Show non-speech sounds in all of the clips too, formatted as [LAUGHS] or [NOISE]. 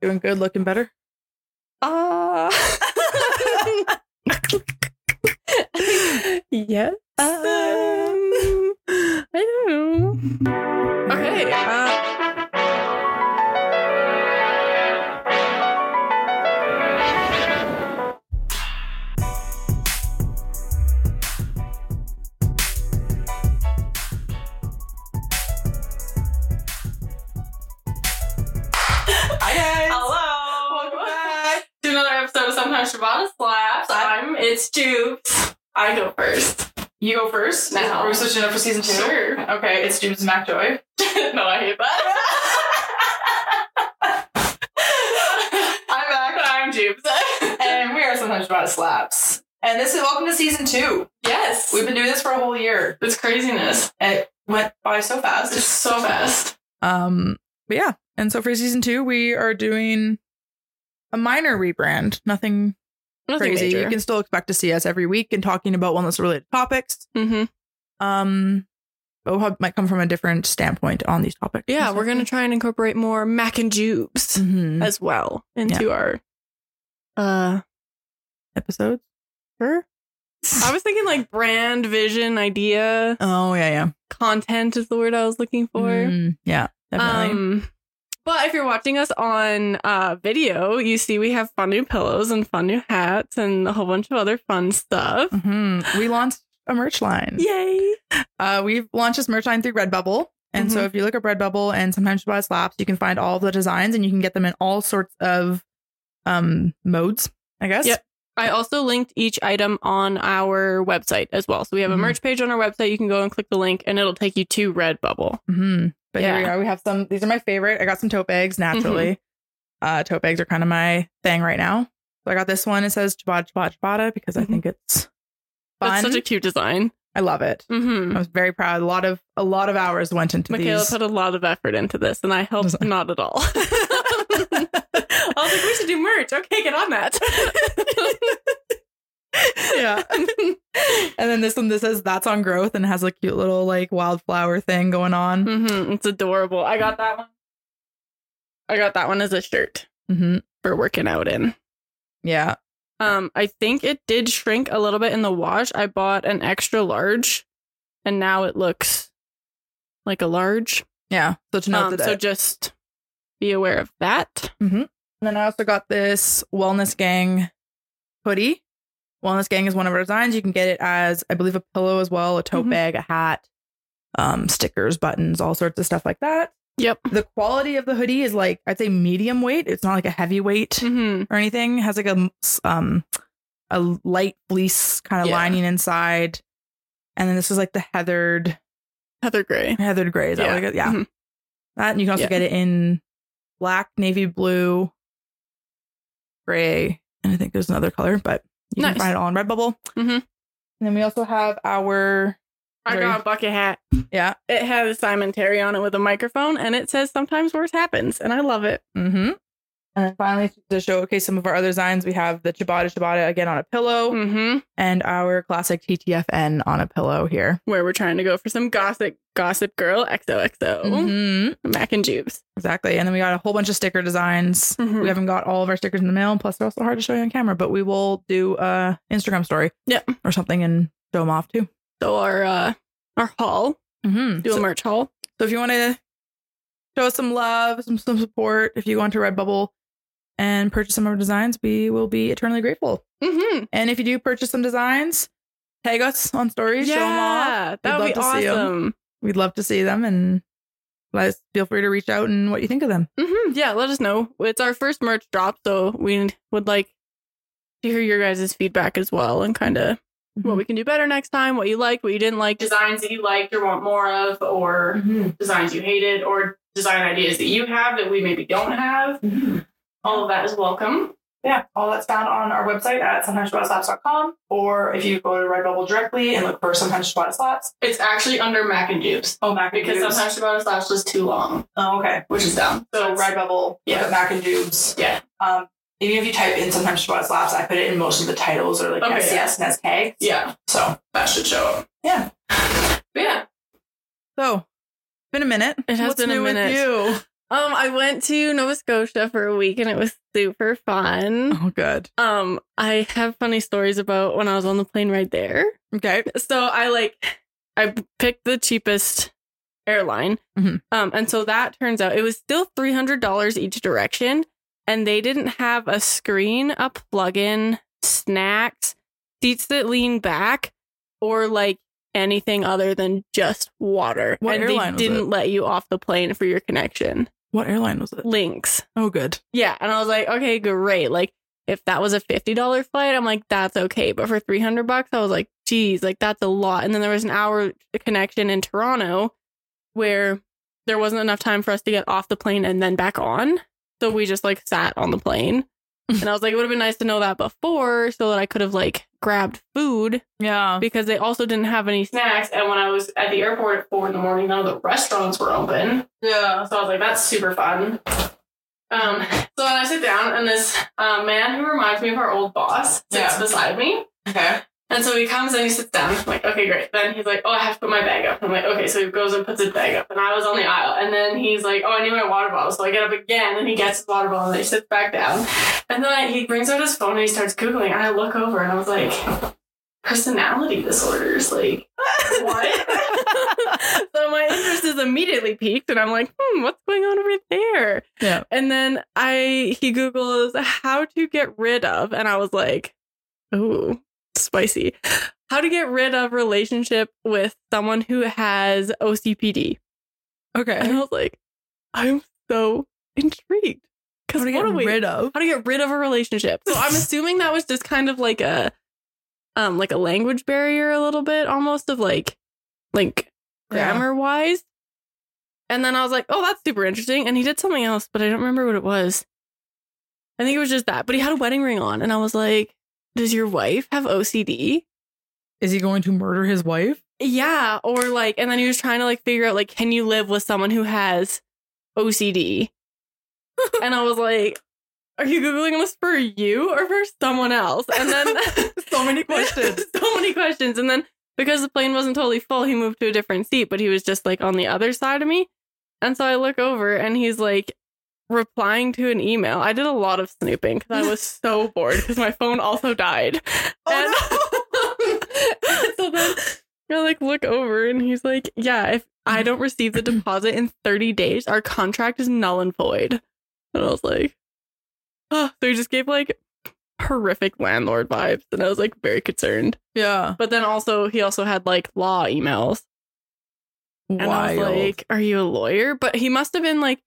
Doing good, looking better. Ah. [LAUGHS] yes. Um, I don't know. Okay. Uh, Hi guys. Hello. Welcome back to another episode of Sometimes Shabana Slaps. I'm it's Jubes. I go [LAUGHS] first. You go first. No. Are we switching up for season two? Sure. Okay, it's James MacJoy. no, I hate [LAUGHS] that. I'm back, I'm [LAUGHS] Jubes. and we are sometimes about slaps. And this is welcome to season two. yes. We've been doing this for a whole year. it's craziness. and It went by so It's fast. so fast. um, but yeah. And so for season two, we are doing a minor rebrand. Nothing, Nothing crazy. major. You can still expect to see us every week and talking about wellness related topics. mm-hmm. Um, but we might come from a different standpoint on these topics. Yeah, we're gonna try and incorporate more mac and jubes Mhm. as well into our Mm-hmm. uh episodes. sure. I was thinking like brand, vision, idea, [LAUGHS] Oh yeah, yeah. content is the word I was looking for. Mm, yeah, definitely. Um but if you're watching us on uh video, you see we have fun new pillows and fun new hats and a whole bunch of other fun stuff. Mhm. We launched a merch line. Mm-hmm. Yay. Uh, we've launched this merch line through Redbubble. And so Mhm. if you look at Redbubble and sometimes you buy slaps, you can find all of the designs and you can get them in all sorts of um modes, I guess. Yep. I also linked each item on our website as well. So we have Mhm. a merch page on our website. You can go and click the link and it'll take you to Redbubble. hmm But here Yeah. we are. We have some these are my favorite. I got some tote bags naturally. Mm-hmm. Uh tote bags are kind of my thing right now. So I got this one. It says Chabada Chabada Chabada because I Mhm. think it's fun. That's such a cute design. I love it. Mm-hmm. I was very proud. A lot of a lot of hours went into Michaela these. [LAUGHS] put a lot of effort into this, and I helped not at all. [LAUGHS] I was [LAUGHS] like, we should do merch. Okay, get on [LAUGHS] that. yeah. [LAUGHS] and then this one this says that's on growth and has a cute little like wildflower thing going on. hmm It's adorable. I got that one. I got that one as a shirt Mm-hmm. for working out in. Yeah. Um, I think it did shrink a little bit in the wash. I bought an extra large, and now it looks like a large. Yeah. So to note Um, that. so just be aware of that. and then I also got this Wellness Gang hoodie. Wellness Gang is one of our designs. You can get it as, I believe, a pillow as well, a tote Mhm. bag, a hat, um, stickers, buttons, all sorts of stuff like that. Yep. The quality of the hoodie is like, I'd say medium weight. It's not like a heavy weight Mm-hmm. or anything. It has like a, um, a light fleece kind of Yeah. lining inside. And then this is like the heathered, Heather Gray. heathered gray. Is that Yeah. what it is? Yeah. Mhm. That and you can also Yeah. get it in black, navy blue, gray, and I think there's another color, but you Nice. can find it all on Redbubble. Mhm. And then we also have our I Very- got a bucket hat. yeah. It has Simon Terry on it with a microphone, and it says "Sometimes worse happens," and I love it. Mm-hmm. And then finally to showcase some of our other designs, we have the Chibata Chibata again on a pillow Mm-hmm. and our classic TTFN on a pillow here. Where we're trying to go for some gossip, gossip girl, XOXO, Mhm. mac and jubes. Exactly. And then we got a whole bunch of sticker designs. Mhm. We haven't got all of our stickers in the mail, plus they're also hard to show you on camera, but we will do a Instagram story. Yep. Or something and show them off too. So our uh, our haul, Mm-hmm. do a merch haul. So if you want to show us some love, some, some support, if you go onto Redbubble and purchase some of our designs, we will be eternally grateful. Mm-hmm. And if you do purchase some designs, tag us on stories, show 'em show them off. Yeah, that We'd would be love to see 'em. awesome. We'd love to see them and let us feel free to reach out and what you think of them. hmm Yeah, let us know. It's our first merch drop, so we would like to hear your guys' feedback as well, and kind of Mm-hmm. what we can do better next time, what you liked, what you didn't like. Designs that you liked or want more of, or Mm-hmm. Mm-hmm. designs you hated, or design ideas that you have that we maybe don't have. All of that is welcome. Yeah, all that's found on our website at sometimeshabanaslaps.com, or if you go to Redbubble directly and look for Sometimes Shabana Slaps. It's actually under Mac and Jubes Oh, Mac and because Jubes. sometimes Shabbat Slash was too long, Oh, okay. which is dumb. So Redbubble, yeah, Yeah. Mac and Jubes. Yeah. Um, even if you type in sometimes Shabbat Labs, I put it in most of the titles or like Okay, SCS yeah. and as tags. Yeah, So that should show up. Yeah. But yeah. So, it's been a minute. It has What's been a new with minute. you? [LAUGHS] Um, I went to Nova Scotia for a week and it was super fun. Oh, good. Um, I have funny stories about when I was on the plane right there. Okay. So I like I picked the cheapest airline. Mhm. Um, and so that turns out it was still three hundred dollars each direction, and they didn't have a screen, a plug-in, snacks, seats that lean back, or like anything other than just water. What and airline was they it? didn't let you off the plane for your connection. What airline was it? Links. Oh, good. Yeah. And I was like, okay, great. Like, if that was a $50 flight, I'm like, that's okay. But for 300 bucks, I was like, geez, like, that's a lot. And then there was an hour connection in Toronto where there wasn't enough time for us to get off the plane and then back on. So we just like sat on the plane. and I was like, it would have been nice to know that before so that I could have like grabbed food Yeah. because they also didn't have any snacks. snacks. And when I was at the airport at four in the morning, none of the restaurants were open. Yeah. So I was like, that's super fun. Um, so then I sit down, and this uh, man who reminds me of our old boss sits Yeah. beside me. Okay. And so he comes and he sits down. I'm like, okay, great. Then he's like, oh, I have to put my bag up. I'm like, okay. So he goes and puts his bag up. And I was on the aisle. And then he's like, oh, I need my water bottle. So I get up again and he gets his water bottle and then he sits back down. And then I, he brings out his phone and he starts Googling. And I look over and I was like, personality disorders. Like, what? [LAUGHS] so my interest is immediately piqued, and I'm like, hmm, what's going on over there? Yeah. And then I he googles how to get rid of, and I was like, ooh, spicy. How to get rid of relationship with someone who has OCPD, and Okay. I was like, I'm so intrigued What because what to get are we? rid of? how to get rid of a relationship. So I'm assuming that was just kind of like a um like a language barrier a little bit almost of like like grammar wise. And then I was like, "Oh, that's super interesting." And he did something else, but I don't remember what it was. I think it was just that, but he had a wedding ring on and I was like, "Does your wife have OCD?" Is he going to murder his wife? Yeah, or like and then he was trying to like figure out like can you live with someone who has OCD? and I was like, are you googling this for you or for someone else? [LAUGHS] And then [LAUGHS] So many questions. so many questions. And then because the plane wasn't totally full, he moved to a different seat, but he was just like on the other side of me. And so I look over and he's like replying to an email. I did a lot of snooping because I was so bored because my phone also died. Oh, [LAUGHS] and so then [LAUGHS] I like look over and he's like, Yeah, if I don't receive the deposit in 30 days, our contract is null and void. And I was like, Oh, so he just gave like horrific landlord vibes. And I was like very concerned. Yeah. But then also he also had like law emails. And Wild. I was like, are you a lawyer? But he must have been like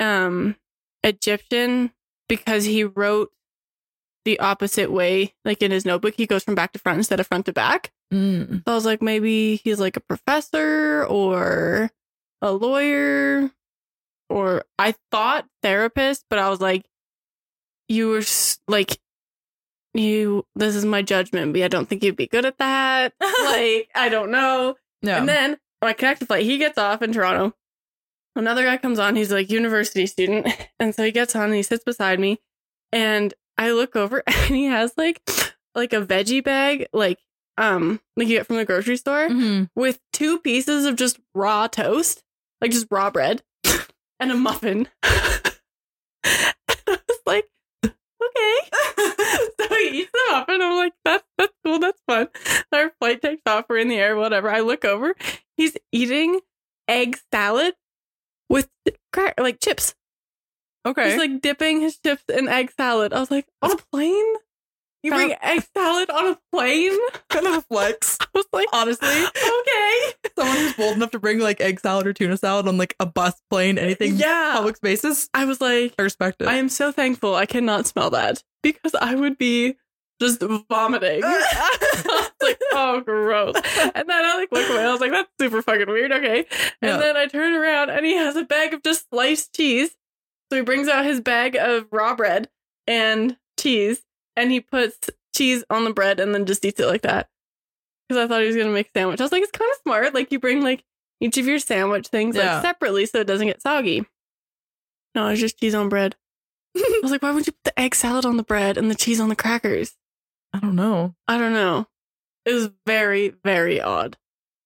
um Egyptian because he wrote the opposite way, like in his notebook. He goes from back to front instead of front to back. Mm. So I was like, maybe he's like a professor or a lawyer or I thought therapist, but I was like, you were s- like, you, this is my judgment, but I don't think you'd be good at that. [LAUGHS] like, I don't know. Yeah. And then my connected flight, he gets off in Toronto. Another guy comes on, he's like university student. [LAUGHS] And so he gets on and he sits beside me. And I look over [LAUGHS] and he has like like a veggie bag, like um like you get from the grocery store Mhm. with two pieces of just raw toast, like just raw bread, [LAUGHS] and a muffin. [LAUGHS] and I was like, okay. [LAUGHS] so he eats the muffin. I'm like, that's that's cool, that's fun. Our flight takes off, we're in the air, whatever. I look over, he's eating egg salad with crack like chips. Okay. He's like dipping his chips in egg salad. I was like, on a plane? You Kind bring egg salad on a plane? [LAUGHS] kind of a flex. [LAUGHS] I was like, Honestly, [LAUGHS] okay. [LAUGHS] someone who's bold enough to bring like egg salad or tuna salad on like a bus, plane, anything, Yeah. public spaces, I was like, I respect it. [LAUGHS] I am so thankful I cannot smell that because I would be just [LAUGHS] vomiting. I was [LAUGHS] like, oh, gross. And then I like look away. I was like, that's super fucking weird. Okay. And Yeah. then I turn around and he has a bag of just sliced cheese. So he brings out his bag of raw bread and cheese and he puts cheese on the bread and then just eats it like that. Because I thought he was going to make a sandwich. I was like, it's kind of smart. Like you bring like each of your sandwich things Yeah. like separately so it doesn't get soggy. No, it's just cheese on bread. [LAUGHS] I was like, why would you put the egg salad on the bread and the cheese on the crackers? I don't know. I don't know. It was very, very odd.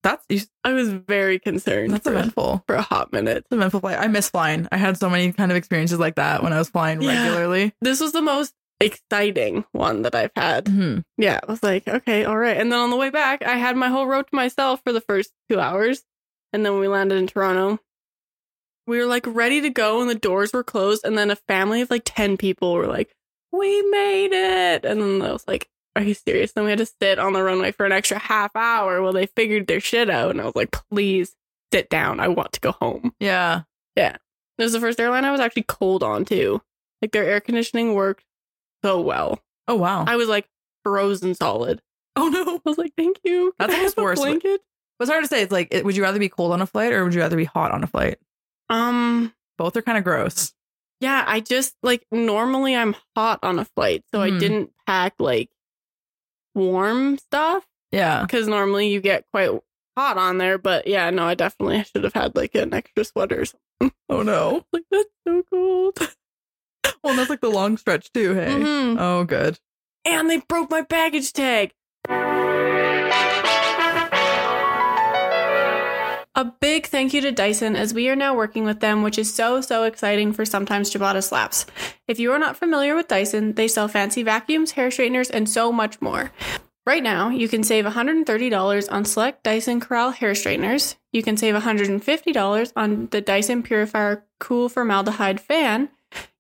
That's you- I was very concerned that's for, eventful. for a hot minute. It's an eventful flight. I miss flying. I had so many kind of experiences like that when I was flying Yeah. regularly. This was the most exciting one that I've had. Mhm. Yeah, I was like, okay, all right. And then on the way back, I had my whole road to myself for the first two hours. And then when we landed in Toronto, we were like ready to go, and the doors were closed. And then a family of like 10 people were like, we made it. And then I was like, are you serious? Then we had to sit on the runway for an extra half hour while they figured their shit out. And I was like, please sit down. I want to go home. Yeah. It was the first airline I was actually cold on too. Like their air conditioning worked so well. Oh wow. I was like frozen solid. [LAUGHS] oh no. I was like, thank you. That's Can I almost have a worse, but- Blanket? It's hard to say. It's like, it, would you rather be cold on a flight or would you rather be hot on a flight? Um, Both are kind of gross. yeah, I just like normally I'm hot on a flight, so I Mhm. didn't pack like warm stuff Yeah. because normally you get quite hot on there. But yeah, no, I definitely should have had like an extra sweater. Or something. Oh no. [LAUGHS] Like that's so cold. Well, that's like the long stretch too. Hey. Mhm. Oh, good. And they broke my baggage tag. A big thank you to Dyson as we are now working with them, which is so, so exciting for sometimes Ciabatta slaps. If you are not familiar with Dyson, they sell fancy vacuums, hair straighteners, and so much more. Right now, you can save $130 on select Dyson Corral hair straighteners. You can save $150 on the Dyson Purifier Cool Formaldehyde fan.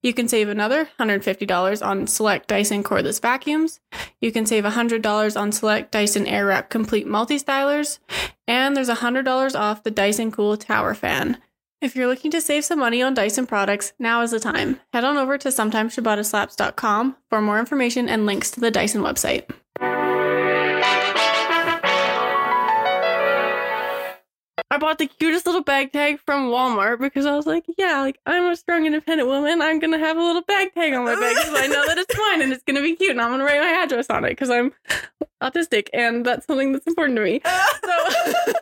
You can save another $150 on select Dyson cordless vacuums. You can save $100 on select Dyson Airwrap complete multi-stylers. And there's $100 off the Dyson Cool Tower Fan. If you're looking to save some money on Dyson products, now is the time. Head on over to sometimesShabattaSlaps.com for more information and links to the Dyson website. I bought the cutest little bag tag from Walmart because I was like, yeah, like I'm a strong, independent woman. I'm gonna have a little bag tag on my bag because I know that [LAUGHS] it's mine and it's gonna be cute, and I'm gonna write my address on it because I'm autistic and that's something that's important to me. So [LAUGHS]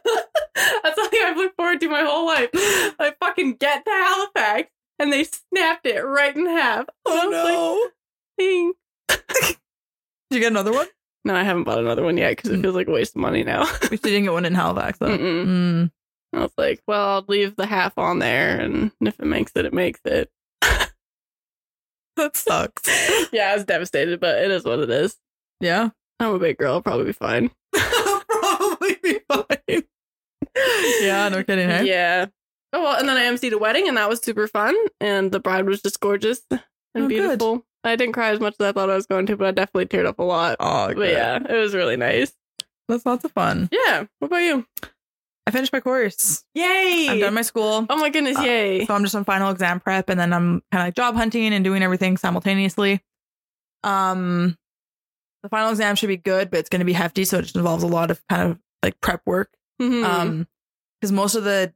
that's something I've looked forward to my whole life. I fucking get to Halifax and they snapped it right in half. So I was like, "Ding." Did you get another one? no, I haven't bought another one yet because it Mm. feels like a waste of money now. we still didn't get one in Halifax though. Mm-mm. Mm. I was like, well, I'll leave the half on there, and if it makes it, it makes it. [LAUGHS] That sucks. yeah, I was devastated, but it is what it is. [LAUGHS] yeah. I'm a big girl. I'll probably be fine. Probably be fine. yeah, no kidding. Hey? Yeah. Oh, well, and then I emceed a wedding, and that was super fun. And the bride was just gorgeous and Oh, good. beautiful. I didn't cry as much as I thought I was going to, but I definitely teared up a lot. Oh, But good. yeah, it was really nice. That's lots of fun. Yeah. What about you? I finished my course. Yay! I've done my school. oh my goodness! Uh, Yay! So I'm just on final exam prep and then I'm kind of like job hunting and doing everything simultaneously. Um the final exam should be good, but it's going to be hefty, so it just involves a lot of kind of like prep work. Mhm. Um because most of the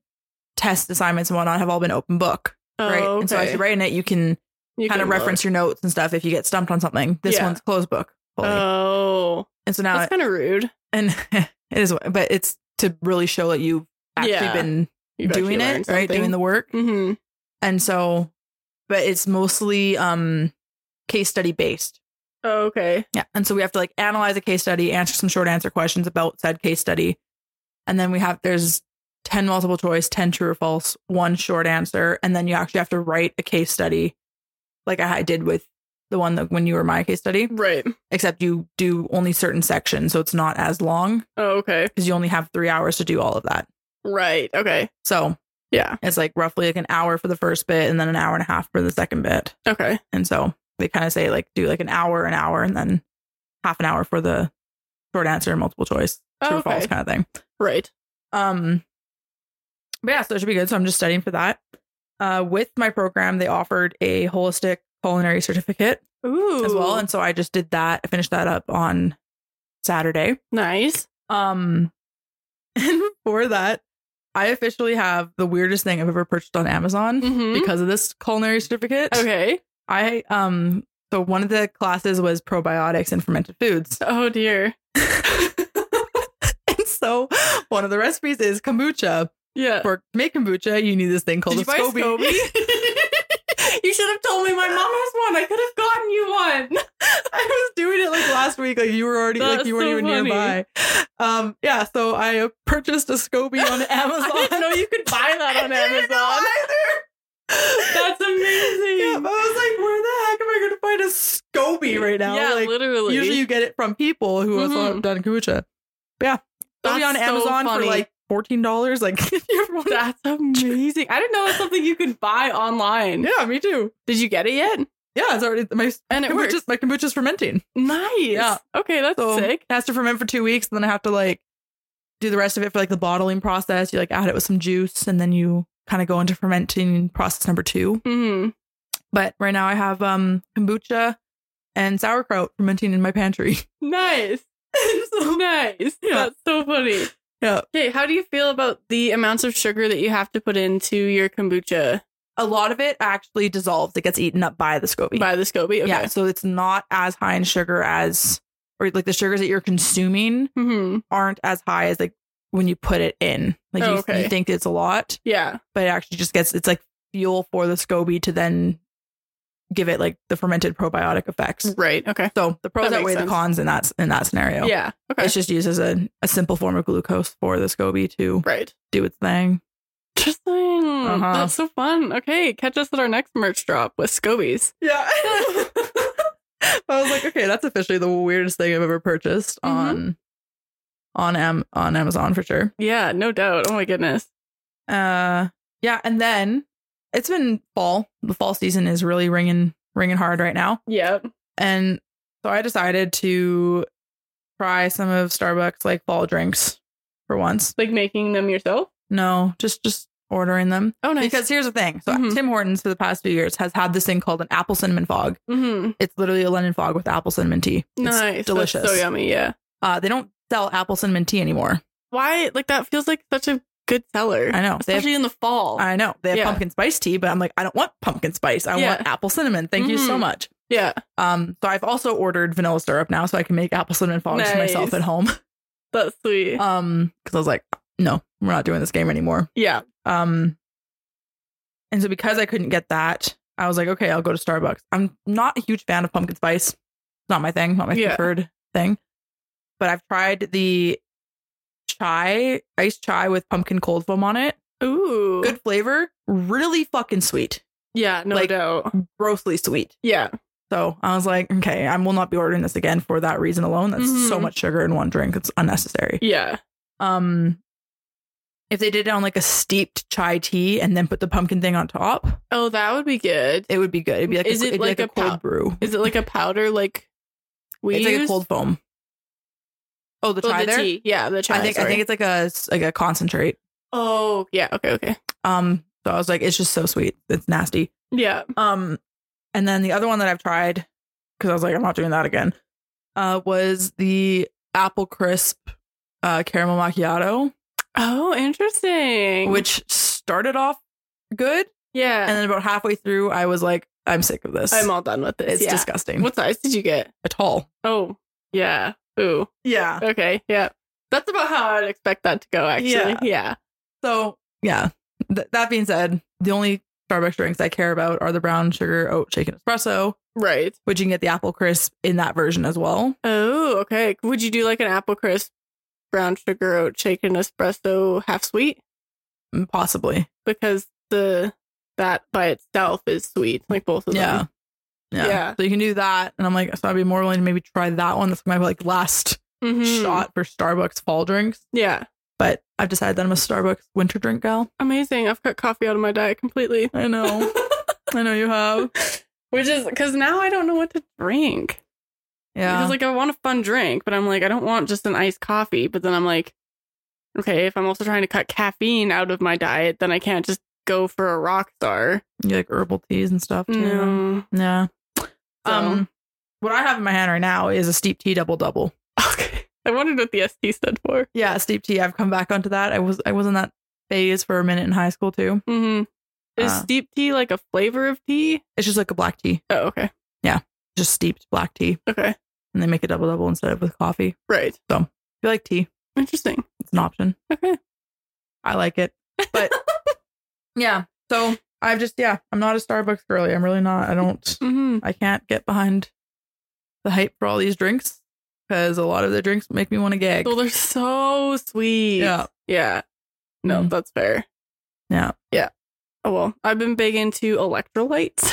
test assignments and whatnot have all been open book, Oh, right? And so as okay. you're writing it, you can You kind of can look. reference your notes and stuff if you get stumped on something. This Yeah. one's closed book, fully. Oh, and so now, that's it, kind of rude. and [LAUGHS] it is, but it's to really show that you've actually Yeah. been You've actually doing learned it, right? Doing something. the work, Mhm. and so, but it's mostly um case study based. Oh, okay. Yeah, and so we have to like analyze a case study, answer some short answer questions about said case study, and then we have there's. 10 multiple choice, 10 true or false, one short answer. And then you actually have to write a case study like I I did with the one that when you were my case study. Right. except you do only certain sections. So it's not as long Oh, okay. because you only have three hours to do all of that. Right. Okay. So Yeah. it's like roughly like an hour for the first bit and then an hour and a half for the second bit. Okay. And so they kind of say like do like an hour, an hour, and then half an hour for the short answer, multiple choice, true Oh, or false okay. kind of thing. Right. Um, but yeah, so it should be good. So I'm just studying for that. Uh, with my program, they offered a holistic culinary certificate Ooh. as well, and so I just did that. I finished that up on Saturday. nice. Um, [LAUGHS] and before that, I officially have the weirdest thing I've ever purchased on Amazon Mhm. because of this culinary certificate. Okay. I um, so one of the classes was probiotics and fermented foods, [LAUGHS] Oh dear. and so one of the recipes is kombucha. Yeah. For to make kombucha, you need this thing called Did you a buy SCOBY. [LAUGHS] Scoby? [LAUGHS] you should have told me. My mom has one. I could have gotten you one. [LAUGHS] I was doing it like last week, like you were already like That's you weren't so even funny. nearby. Um, yeah, so I purchased a [LAUGHS] Scoby on Amazon. [LAUGHS] I didn't know you could buy that on I didn't know Amazon. either. [LAUGHS] That's amazing. Yeah, but I was like, where the heck am I going to find a Scoby right now? Yeah, like, literally. usually you [LAUGHS] get it from people who Mhm. have uh, done kombucha. But yeah, That's Scoby on so Amazon funny. for like fourteen dollars. Like, [LAUGHS] if you ever want to- [LAUGHS] That's amazing. I didn't know it's something you could buy online. yeah, me too. Did you get it yet? Yeah, it's already my And it works. kombucha's, my kombucha's fermenting. nice. Yeah. Okay, that's So sick. it has to ferment for two weeks, and then I have to like do the rest of it for like the bottling process. You like add it with some juice, and then you kind of go into fermenting process number two. hmm But right now I have um kombucha and sauerkraut fermenting in my pantry. [LAUGHS] Nice. nice. That's so funny. Yeah. Okay, how do you feel about the amounts of sugar that you have to put into your kombucha A lot of it actually dissolves; it gets eaten up by the SCOBY. by the SCOBY? Okay. Yeah, so it's not as high in sugar as, or like the sugars that you're consuming hmm aren't as high as like when you put it in. Like Oh, you, okay. you think it's a lot, Yeah. but it actually just gets it's like fuel for the SCOBY to then give it like the fermented probiotic effects. Right. Okay. So the pros That makes outweigh the sense. cons in that in that scenario. Yeah. Okay. It's just used as a, a simple form of glucose for the SCOBY to right. do its thing. Interesting. Uh-huh. That's so fun. Okay, catch us at our next merch drop with SCOBYs. Yeah. [LAUGHS] I was like, okay, that's officially the weirdest thing I've ever purchased Mhm. on on Am- on Amazon for sure. [LAUGHS] Yeah, no doubt. Oh my goodness. Uh, yeah, and then it's been fall. The fall season is really ringing ringing hard right now, Yep. and so I decided to try some of Starbucks like fall drinks for once. Like making them yourself. No, just just ordering them Oh, nice. because here's the thing. So Mhm. Tim Hortons for the past few years has had this thing called an apple cinnamon fog. Mhm. It's literally a London fog with apple cinnamon tea. It's nice. That's delicious. so yummy. Yeah. Uh, they don't sell apple cinnamon tea anymore. Why? Like that feels like such a good seller. I know. They have especially in the fall. I know they have Yeah. pumpkin spice tea, but I'm like, I don't want pumpkin spice. I Yeah. want apple cinnamon. Thank you so Mhm. much. yeah, Um, so I've also ordered vanilla syrup now, so I can make apple cinnamon fogs for myself Nice. at [LAUGHS] home. that's sweet. Um, because I was like, no, we're not doing this game anymore. yeah. Um, and so because I couldn't get that, I was like, okay, I'll go to Starbucks. I'm not a huge fan of pumpkin spice. It's not my thing. Not my Yeah. preferred thing. But I've tried the chai iced chai with pumpkin cold foam on it. Ooh. Good flavor, really fucking sweet, Yeah. No Like- doubt. grossly sweet. Yeah. So I was like, okay, I will not be ordering this again for that reason alone. That's Mhm. so much sugar in one drink. It's unnecessary. Yeah. Um if they did it on like a steeped chai tea and then put the pumpkin thing on top, Oh, that would be good. it would be good. It'd be like Is a, it it'd be like like, a a cold pow- brew. Is it like a powder? Like we it's like a use? cold foam. Oh, the Oh, chai the there. tea. Yeah, the chai. I think I sorry. think it's like a s- like a concentrate. Oh, yeah. Okay. Okay. Um, so I was like, it's just so sweet. It's nasty. Yeah. Um, and then the other one that I've tried because I was like, I'm not doing that again. Uh, was the apple crisp uh caramel macchiato, Oh, interesting. which started off good, yeah, and then about halfway through, I was like, I'm sick of this. I'm all done with this. it's yeah. disgusting. What size did you get? at all? Oh, yeah. Ooh. Yeah. Okay. Yeah. That's about how I'd expect that to go. Actually. Yeah. Yeah. So yeah. Th- that being said, the only Starbucks drinks I care about are the brown sugar oat shaken espresso, Right. which you can get the apple crisp in that version as well. Oh, okay. Would you do like an apple crisp, brown sugar oat shaken espresso half sweet? Mm, Possibly. Because the that by itself is sweet, like both of Yeah. them. yeah. Yeah. So you can do that. And I'm like, so I'd be more willing to maybe try that one. That's my like last Mhm. shot for Starbucks fall drinks. Yeah. But I've decided that I'm a Starbucks winter drink gal. Amazing. I've cut coffee out of my [LAUGHS] diet completely. I [LAUGHS] know. I know you have. Which is because now I don't know what to drink. Yeah. Because like I want a fun drink, but I'm like I don't want just an iced coffee. But then I'm like, okay, if I'm also trying to cut caffeine out of my diet, then I can't just go for a rock star. you like herbal teas and stuff too. No. [LAUGHS] Yeah. Mm-hmm. So- Um what I have in my hand right now is a steep tea double double. Okay. I wondered what the ST stood for. Yeah, steep tea. I've come back onto that. I was I was in that phase for a minute in high school too. Mm-hmm. Is Uh. steep tea like a flavor of tea? It's just like a black tea, Oh, okay. just steeped black tea, Okay. and they make a double double instead of with coffee. Right. If you like tea, Interesting. it's an option. Okay. I like it, but [LAUGHS] yeah. So I've just yeah, I'm not a Starbucks girly. I'm really not. I don't. Mm-hmm. I can't get behind the hype for all these drinks. because a lot of the drinks make me want to gag. Well, they're so sweet. Yeah. Yeah. No, Mhm. that's fair. Yeah. Yeah. Oh well, I've been big into electrolytes.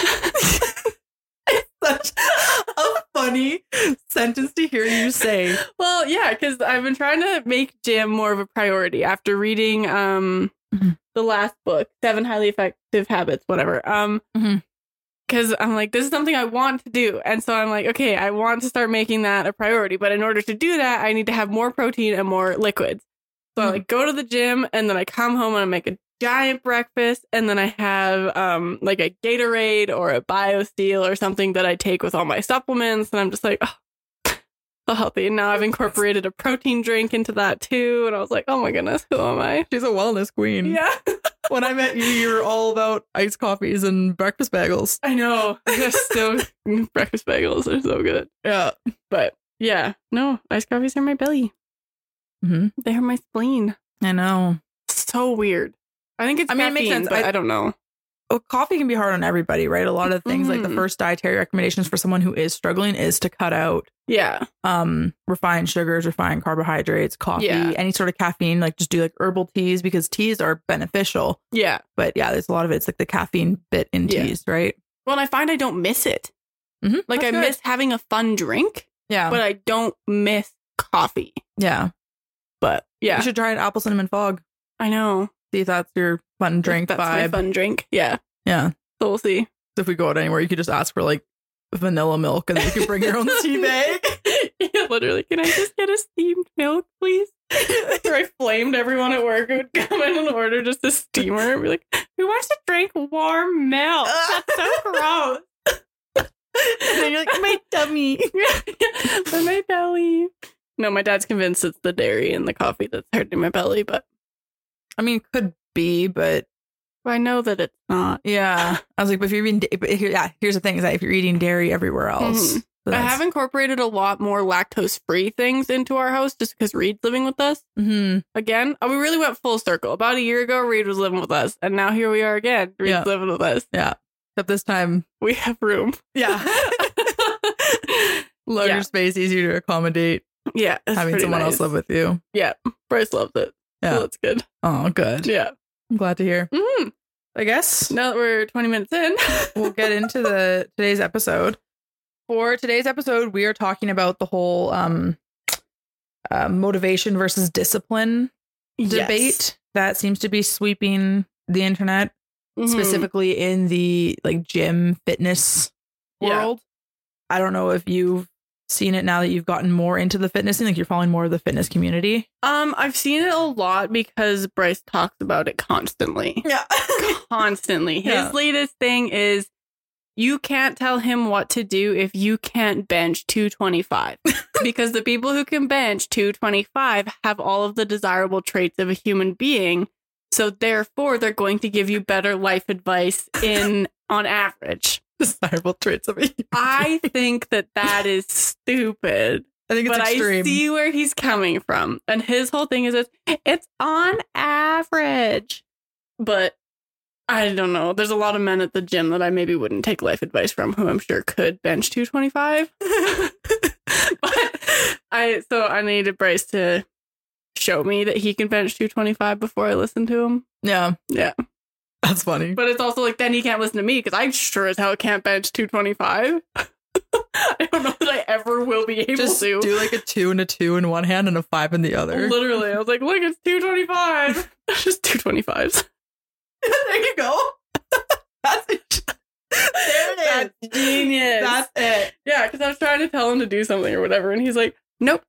Such a funny sentence to hear you say. well, yeah, because I've been trying to make gym more of a priority after reading um Mhm. the last book, Seven Highly Effective Habits, whatever. Um Mhm. Cause I'm like, this is something I want to do. And so I'm like, okay, I want to start making that a priority. But in order to do that, I need to have more protein and more liquids. So I Mhm. like go to the gym and then I come home and I make a giant breakfast and then I have um like a Gatorade or a BioSteel or something that I take with all my supplements and I'm just like, oh, so healthy. And Oh, now I've incorporated a protein drink into that too. And I was like, oh my goodness, who am I? [LAUGHS] She's a wellness queen. Yeah. When I met you, you were all about iced coffees and breakfast bagels. I [LAUGHS] know. They're so Mm, breakfast bagels are so good. Yeah. But yeah, no, iced coffees are my belly. Mhm. They're my spleen. I know. So weird. I think it's I mean, it makes caffeine, sense. but I- I, don't know. well, coffee can be hard on everybody, right? A lot of things like the Mhm. first dietary recommendations for someone who is struggling is to cut out Yeah. um refined sugars, refined carbohydrates, coffee, Yeah. any sort of caffeine, like just do like herbal teas because teas are beneficial. Yeah. But yeah, there's a lot of it's like the caffeine bit in Yeah. teas, right? Well, and I find I don't miss it. Mm-hmm. Like I miss having a fun drink, yeah, but I don't miss coffee. yeah. But You yeah, should try an apple cinnamon fog. I know. See if that's your fun drink That's my vibe. fun drink. Yeah. Yeah. So we'll see. So if we go out anywhere, you could just ask for like vanilla milk, and then you can bring [LAUGHS] your own tea bag. yeah, literally. Can I just get a steamed milk, please? After I flamed everyone at work who would come in and order just a steamer and be like, who wants to drink warm milk? [LAUGHS] That's so gross. And then you're like my tummy. For my [LAUGHS] belly. No, my dad's convinced it's the dairy and the coffee that's hurting my belly, but I mean, could be, but I know that it's not. Yeah, I was like, but if you're eating, da- but here, yeah, here's the thing: is that if you're eating dairy everywhere else, Mhm. so I that's- have incorporated a lot more lactose free things into our house just because Reed's living with us. Mhm. again. Oh, we really went full circle. About a year ago, Reed was living with us, and now here we are again. Reed's Yeah. living with us. Except this time, We have room. [LAUGHS] [LAUGHS] yeah, larger Yeah. space, easier to accommodate yeah, it's having pretty someone nice. else live with you. Bryce loves it. Yeah. so that's good. Oh, good. Yeah. I'm glad to hear. Mhm. I [LAUGHS] guess Now that we're 20 [LAUGHS] minutes in, we'll get into the today's episode. For today's episode, we are talking about the whole um, uh, motivation versus discipline debate that seems to be sweeping the internet Mm-hmm. Mhm. specifically in the like gym fitness Yeah. world. I don't know if you've seen it now that you've gotten more into the fitness thing, like you're following more of the fitness [LAUGHS] community. Um, I've seen it a lot because Bryce talks about it constantly. [LAUGHS] Yeah. [LAUGHS] Constantly. His Yeah. latest thing is you can't tell him what to do if you can't bench [LAUGHS] 225 because the people who can bench 225 have all of the desirable traits of a human being. So therefore they're going to give you better life advice [LAUGHS] in on average. Desirable traits of it. [LAUGHS] I think that that is stupid I think it's but extreme. I see where he's coming from. And his whole thing is this it's on average. But I don't know. There's a lot of men at the gym that I maybe wouldn't take life advice from who I'm sure could bench 225. [LAUGHS] but I so I needed Bryce to show me that he can bench 225 before I listen to him. yeah. Yeah. That's funny. But it's also like then he can't listen to me because I sure as hell can't bench 225. [LAUGHS] I don't know that I ever will be able Just to. do like a two and a two in one hand and a five in the other. Literally, I was like, look, it's [LAUGHS] [LAUGHS] 225. Just 225s. there you go. [LAUGHS] That's it. There it is. genius. That's it. yeah, because I was trying to tell him to do something or whatever, and he's like, nope,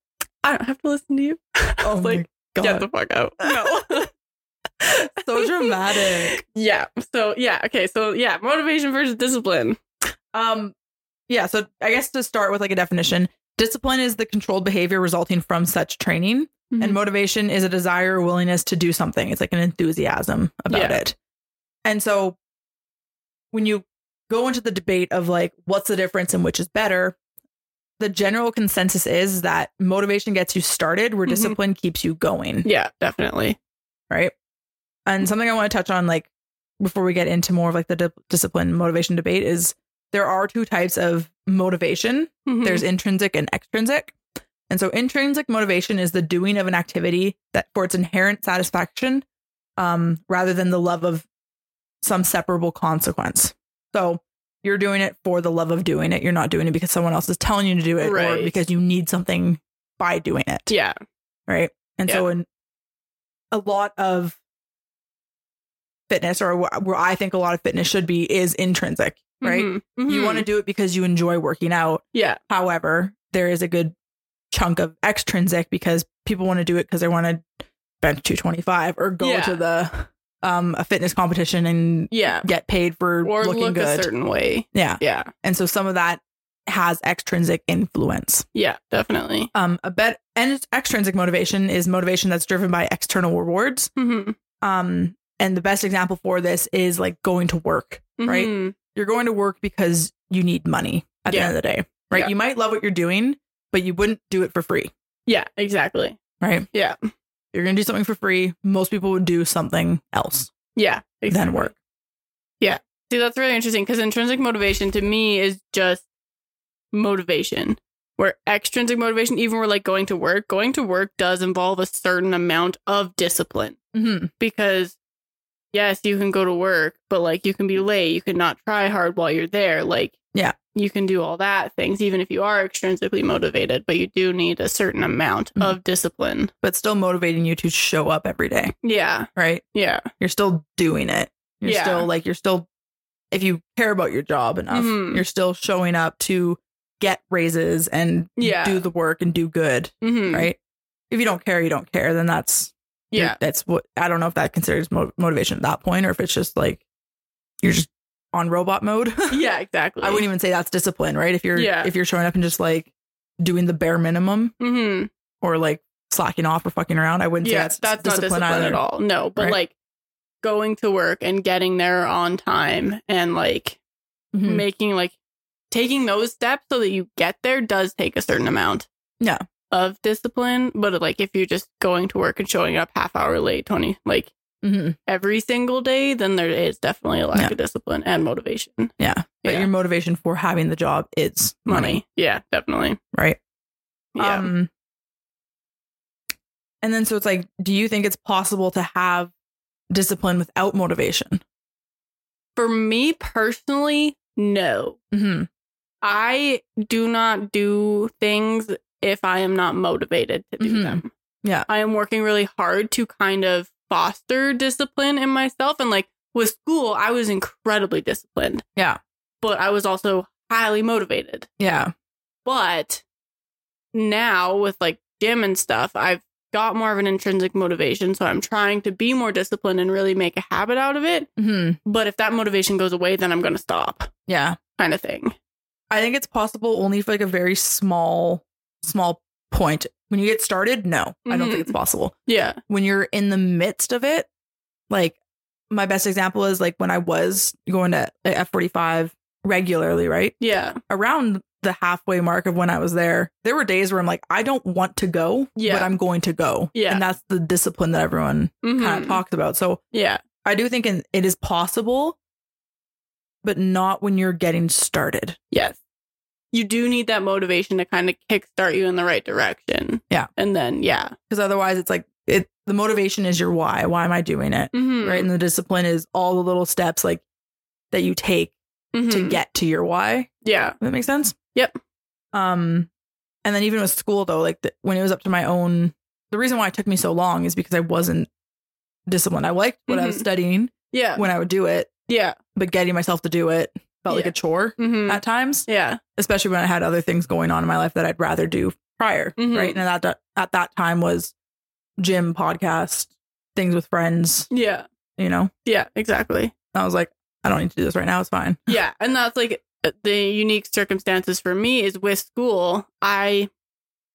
I don't have to listen to you. Oh was my like, god. Get the fuck out. No. [LAUGHS] so dramatic. yeah. So, yeah. Okay. So, yeah, motivation versus discipline. Um, yeah. So I guess to start with like a definition, discipline is the controlled behavior resulting from such training, Mm-hmm. and motivation is a desire or willingness to do something. It's like an enthusiasm about Yeah. it. And so when you go into the debate of like what's the difference and which is better, the general consensus is that motivation gets you started, where Mhm. discipline keeps you going Mm-hmm. yeah, definitely. right? And something I want to touch on, like before we get into more of like the di- discipline motivation debate, is there are two types of motivation. Mhm. There's intrinsic and extrinsic. And so intrinsic motivation is the doing of an activity that for its inherent satisfaction um, rather than the love of some separable consequence. So you're doing it for the love of doing it. You're not doing it because someone else is telling you to do it or Right. because you need something by doing it Yeah. right? And so in a lot of fitness or wh- where I think a lot of fitness should be is intrinsic, right? Mhm. You Mhm. want to do it because you enjoy working out. Yeah. However, there is a good chunk of extrinsic because people want to do it because they want to bench 225 or go Yeah. to the um a fitness competition and Yeah. get paid for Or looking look good. a certain way. yeah. Yeah. And so some of that has extrinsic influence. Yeah, definitely. Um, a bet and extrinsic motivation is motivation that's driven by external rewards. Mm-hmm. Um, and the best example for this is like going to work. Right? Mm-hmm. You're going to work because you need money at Yeah. the end of the day, right? Yeah. You might love what you're doing, but you wouldn't do it for free, Yeah, exactly. right? Yeah. You're going to do something for free. Most people would do something else Yeah. than exactly. work. See, that's really interesting because intrinsic motivation to me is just motivation. Where extrinsic motivation, even where like going to work, going to work does involve a certain amount of discipline Mm-hmm. because yes, you can go to work, but like you can be late, you can not try hard while you're there. Like Yeah. you can do all that things even if you are extrinsically motivated, but you do need a certain amount Mhm. of discipline. But still motivating you to show up every day, Yeah, right? yeah, You're still doing it. You're Yeah. still like, you're still, if you care about your job enough, Mhm. you're still showing up to get raises and Yeah. do the work and do good. mm-hmm. right? If you don't care, you don't care. Then that's you're- yeah, [LAUGHS] That's what I don't know if that considers mo- motivation at that point, or if it's just like you're just on robot mode. [LAUGHS] yeah, exactly. I wouldn't even say that's discipline, right? If you're Yeah. if you're showing up and just like doing the bare minimum Mm-hmm. or like slacking off or fucking around, I wouldn't yeah, say that's, that's discipline, not discipline either. at all. No, but Right. like going to work and getting there on time and like Mhm. making like taking those steps so that you get there does take a certain amount. Yeah. Of discipline, but like if you're just going to work and showing up half hour late, twenty like Mhm. every single day, then there is definitely a lack Yeah. of discipline and motivation. Yeah, but Yeah. your motivation for having the job is Money. money, Yeah, definitely. right? Yeah. Um, and then so it's like, do you think it's possible to have discipline without motivation? For me personally, no. Mm-hmm. I do not do things if I am not motivated to do Mhm. them. Yeah. I am working really hard to kind of foster discipline in myself. And like with school, I was incredibly disciplined. Yeah. But I was also highly motivated. Yeah. But now with like gym and stuff, I've got more of an intrinsic motivation. So I'm trying to be more disciplined and really make a habit out of it. Mm-hmm. But if that motivation goes away, then I'm going to stop, Yeah. kind of thing. I think it's possible only for like a very small, small point. When you get started, no, I don't think Mhm. it's possible. Yeah. When you're in the midst of it, like my best example is like when I was going to F45 regularly, right? Yeah. around the halfway mark of when I was there, there were days where I'm like, I don't want to go, Yeah. but I'm going to go. Yeah. And that's the discipline that everyone kind Mhm. of talks about. So Yeah. I do think in- it is possible, but not when you're getting started. Yes. You do need that motivation to kind of kickstart you in the right direction. Yeah. And then, yeah. Because otherwise, it's like, it, the motivation is your why. Why am I doing it? Mm-hmm. Right. And the discipline is all the little steps like that you take Hmm. to get to your why. Mm-hmm. yeah. Does that make sense? Yep. Um, and then even with school though, like the, when it was up to my own, the reason why it took me so long is because I wasn't disciplined. I liked what I was Mhm. studying Yeah. when I would do it, Yeah. but getting myself to do it felt like Yeah. a chore Mm-hmm. at times, yeah. especially when I had other things going on in my life that I'd rather do prior, Mhm. right? And at that at that time was gym, podcast, things with friends. Yeah. You know, Yeah. Exactly. I was like, I don't need to do this right now. It's fine. yeah. And that's like uh, the unique circumstances for me is with school. I,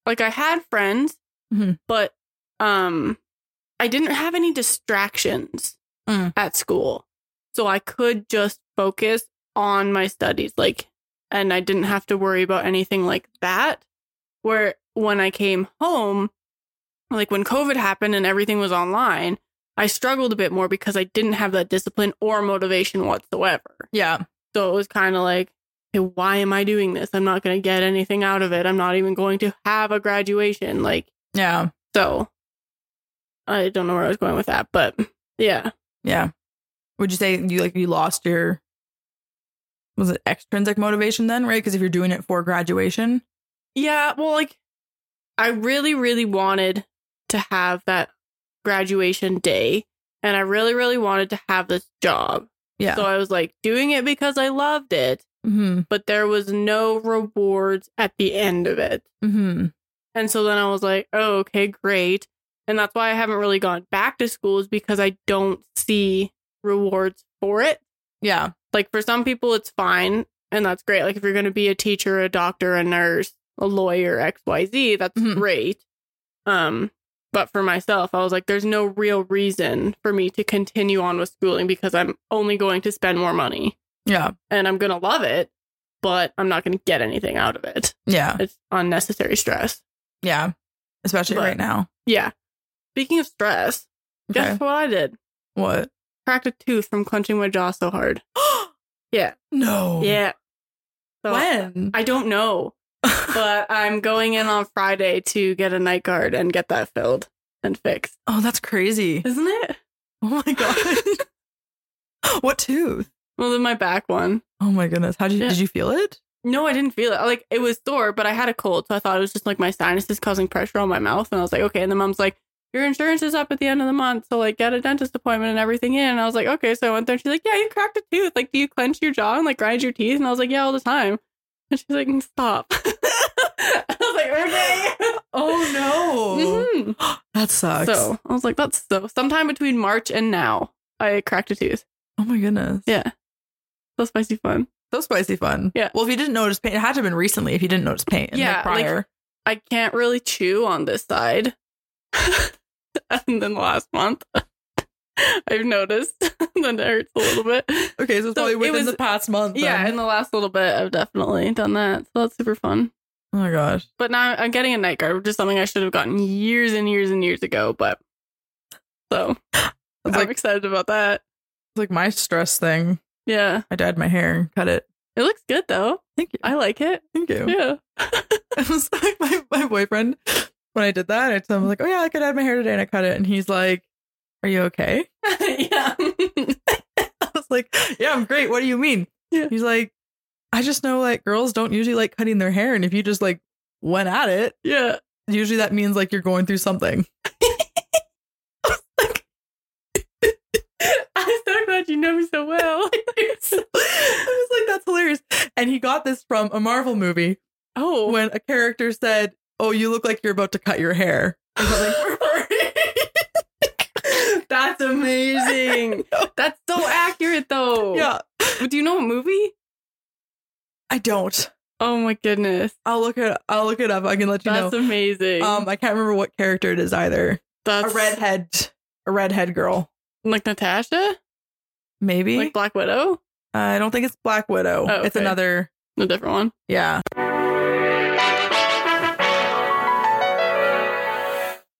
like, I had friends, Mhm. but, um, I didn't have any distractions Mm. at school. So I could just focus on my studies, like, and I didn't have to worry about anything like that. Where when I came home, like when COVID happened and everything was online, I struggled a bit more because I didn't have that discipline or motivation whatsoever. Yeah, So it was kind of like okay, why am I doing this? I'm not going to get anything out of it. I'm not even going to have a graduation. Like, Yeah. so I don't know where I was going with that, but yeah. Yeah. Would you say you like you lost your was it extrinsic motivation then, right? Because if you're doing it for graduation, Yeah, well, like I really, really wanted to have that graduation day, and I really, really wanted to have this job. yeah. So I was like doing it because I loved it, mm-hmm. but there was no rewards at the end of it. Mm-hmm. And so then I was like, oh, okay, great. And that's why I haven't really gone back to school is because I don't see rewards for it. Yeah. Like for some people, it's fine and that's great. Like if you're going to be a teacher, a doctor, a nurse, a lawyer, XYZ, that's Mhm. great. Um, but for myself, I was like, there's no real reason for me to continue on with schooling because I'm only going to spend more money Yeah. and I'm going to love it, but I'm not going to get anything out of it. Yeah. It's unnecessary stress. Yeah. Especially But- right now. Yeah. Speaking of stress, Okay. guess what I did? What? Cracked a tooth from clenching my jaw so hard. [GASPS] Yeah. No. Yeah. So Oh. [LAUGHS] When? I don't know, but I'm going in on Friday to get a night guard and get that filled and fixed. oh, that's crazy. [LAUGHS] Isn't it? Oh my god. [LAUGHS] what tooth? Well, then my back one. Oh my goodness. How did you Yeah. did you feel it? No, I didn't feel it. Like it was sore, but I had a cold, so I thought it was just like my sinuses causing pressure on my mouth. And I was like, okay. And the mom's like, your insurance is up at the end of the month, so like get a dentist appointment and everything in. And I was like, okay. So I went there. And she's like, yeah, you cracked a tooth. Like, do you clench your jaw and like grind your teeth? And I was like, yeah, all the time. And she's like, stop. [LAUGHS] I was like, okay. Oh Mhm. [GASPS] That sucks. So I was like, that's so. Sometime between March and now, I cracked a tooth. oh my goodness. Yeah. So spicy fun. So spicy fun. Yeah. Well, if you didn't notice pain, it had to have been recently if you didn't notice pain. Yeah, like- Like prior. I can't really chew on this side. [LAUGHS] and then last month, [LAUGHS] I've noticed [LAUGHS] that it hurts a little bit. okay, so it's So probably it within was- the past month. Yeah, then. in the last little bit, I've definitely done that. So that's super fun. oh my gosh. But now I'm getting a night guard, which is something I should have gotten years and years and years ago. But so I was like I'm- excited about that. It's like my stress thing. Yeah, I dyed my hair and cut it. it looks good though. Thank you. I like it. Thank you. Yeah. [LAUGHS] It was like my, my boyfriend when I did that. I told him I was like, "Oh yeah, I could add my hair today," and I cut it, and he's like, "Are you okay?" [LAUGHS] [LAUGHS] yeah. I was like, "Yeah, I'm great." What do you mean? Yeah. He's like, "I just know like girls don't usually like cutting their hair, and if you just like went at it, yeah. usually that means like you're going through something." [LAUGHS] I'm so glad you know me so well. [LAUGHS] I was like, "That's hilarious," and he got this from a Marvel movie [LAUGHS] oh. when a character said, "Oh, you look like you're about to cut your hair." Or something. [LAUGHS] That's [LAUGHS] amazing. That's so accurate though. yeah, Do you know a movie? I don't. Oh my goodness. I'll look it. I'll look it up. I can let you know. That's amazing. Um, I can't remember what character it is either. That's A redhead, a redhead girl, like Natasha? maybe. Like Black Widow? uh, I don't think it's Black Widow. Oh, It's okay. another. A different one. Yeah.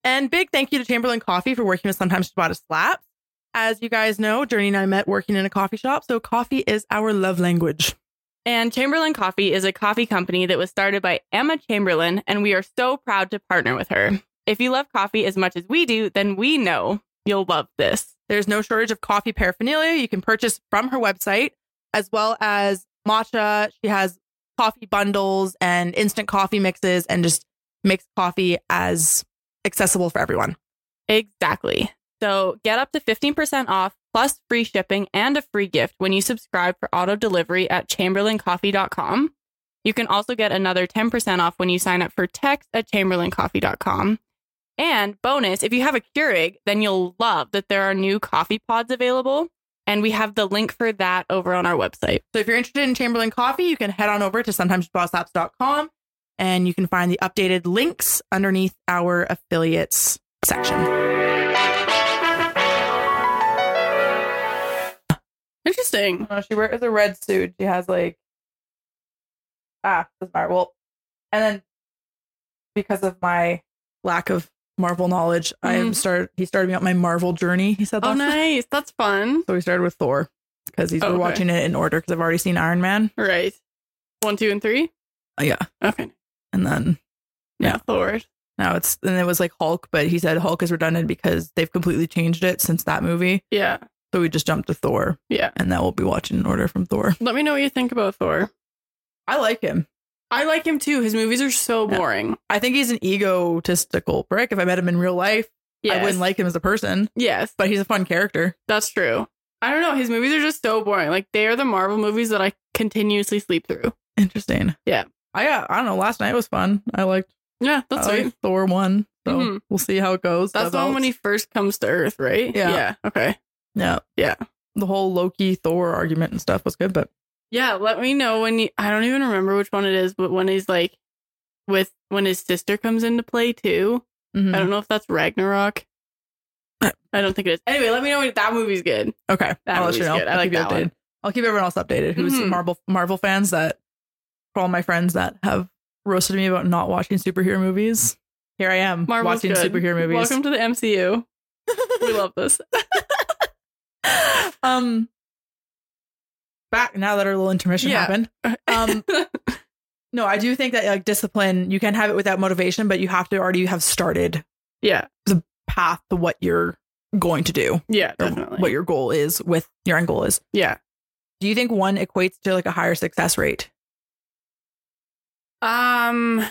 And big thank you to Chamberlain Coffee for working with Sometimes Shabbat Slaps. As you guys know, Journey and I met working in a coffee shop, so coffee is our love language. And Chamberlain Coffee is a coffee company that was started by Emma Chamberlain, and we are so proud to partner with her. If you love coffee as much as we do, then we know you'll love this. There's no shortage of coffee paraphernalia you can purchase from her website, as well as matcha. She has coffee bundles and instant coffee mixes and just makes coffee as accessible for everyone. Exactly. So get up to 15% off plus free shipping and a free gift when you subscribe for auto delivery at chamberlaincoffee.com. You can also get another 10% off when you sign up for text at chamberlaincoffee.com. And bonus, if you have a Keurig, then you'll love that there are new coffee pods available. And we have the link for that over on our website. So if you're interested in Chamberlain Coffee, you can head on over to sometimesbossapps.com and you can find the updated links underneath our affiliates section. Interesting. she wears a red suit. She has like ah, doesn't matter. Well, and then because of my lack of Marvel knowledge, I Mhm. started. He started me on my Marvel journey. He said, Oh, last night. nice. That's fun. So we started with Thor because he's Oh, we're okay. watching it in order because I've already seen Iron Man. Right. One, two, and three. Uh, yeah. Okay. And then Yeah. Forward. now it's and it was like Hulk, but he said Hulk is redundant because they've completely changed it since that movie. Yeah. So we just jumped to Thor, Yeah. and that we'll be watching in order from Thor. Let me know what you think about Thor. I like him. I like him too. His movies are so Yeah. boring. I think he's an egotistical prick. If I met him in real life, I wouldn't like him as a person, Yes. but he's a fun character. That's true. I don't know. His movies are just so boring. Like they are the Marvel movies that I continuously sleep through. Interesting. Yeah. I got. I don't know. Last night was fun. I liked. Yeah, that's I right. liked Thor one. So Mhm. we'll see how it goes. That's the one when he first comes to Earth, right? Yeah. Yeah. Okay. Yeah. Yeah. The whole Loki Thor argument and stuff was good, but Yeah. Let me know when you. I don't even remember which one it is, but when he's like with when his sister comes into play too. mm-hmm. I don't know if that's Ragnarok. I don't think it is. Anyway, let me know when that movie's good. okay. That I'll let movie's you know. good. I I'll like keep you that one. updated. I'll keep everyone else updated who's Mhm. Marvel Marvel fans that for all my friends that have roasted me about not watching superhero movies. Here I am Marvel's watching good. superhero movies. Welcome to the MCU. we love this. [LAUGHS] um back now that our little intermission Yeah. [LAUGHS] happened. Um no, I do think that like discipline, you can have it without motivation, but you have to already have started yeah. path to what you're going to do Yeah. or Definitely. what your goal is with your end goal is. yeah. Do you think one equates to like a higher success rate? Um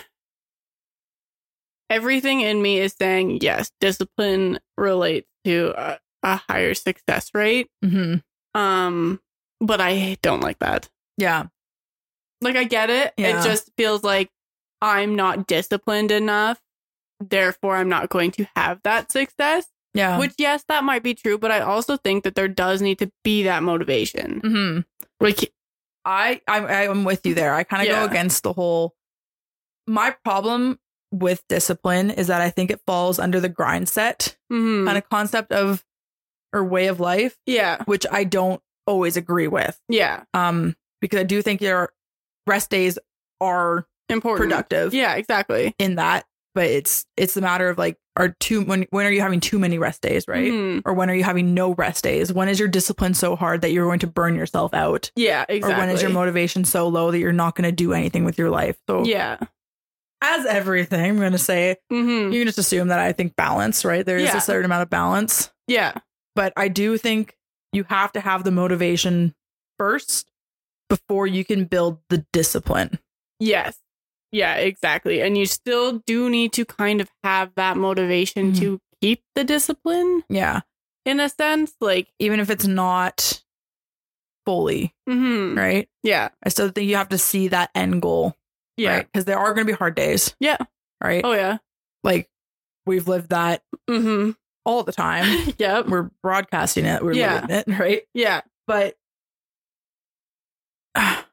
everything in me is saying yes, discipline relates to a, a higher success rate. Mm-hmm. Um but I don't like that. Yeah. Like I get it. Yeah. It just feels like I'm not disciplined enough. Therefore, I'm not going to have that success. Yeah. Which, yes, that might be true, but I also think that there does need to be that motivation. mm-hmm. Like, I, I I'm with you there. I kind of Yeah. go against the whole. My problem with discipline is that I think it falls under the grind set mhm. kind of concept of or way of life, yeah, which I don't always agree with. yeah, Um, because I do think your rest days are important. productive. Yeah, exactly. in that but it's it's the matter of like are too when when are you having too many rest days right Mhm. or when are you having no rest days when is your discipline so hard that you're going to burn yourself out Yeah, exactly. or when is your motivation so low that you're not going to do anything with your life so Yeah. as everything i'm going to say Mm-hmm. you can just assume that i think balance right there is Yeah. a certain amount of balance Yeah. but i do think you have to have the motivation first before you can build the discipline Yes. Yeah, exactly. And you still do need to kind of have that motivation Mhm. to keep the discipline yeah in a sense. Like, even if it's not fully mhm. right yeah. I still think you have to see that end goal. Yeah. Because there are going to be hard days. Yeah. Right. Oh, yeah. Like we've lived that Mm all the time. [LAUGHS] hmm. [LAUGHS] yep. We're broadcasting it. We're Yeah. living it. [LAUGHS] Right. Yeah. But Like,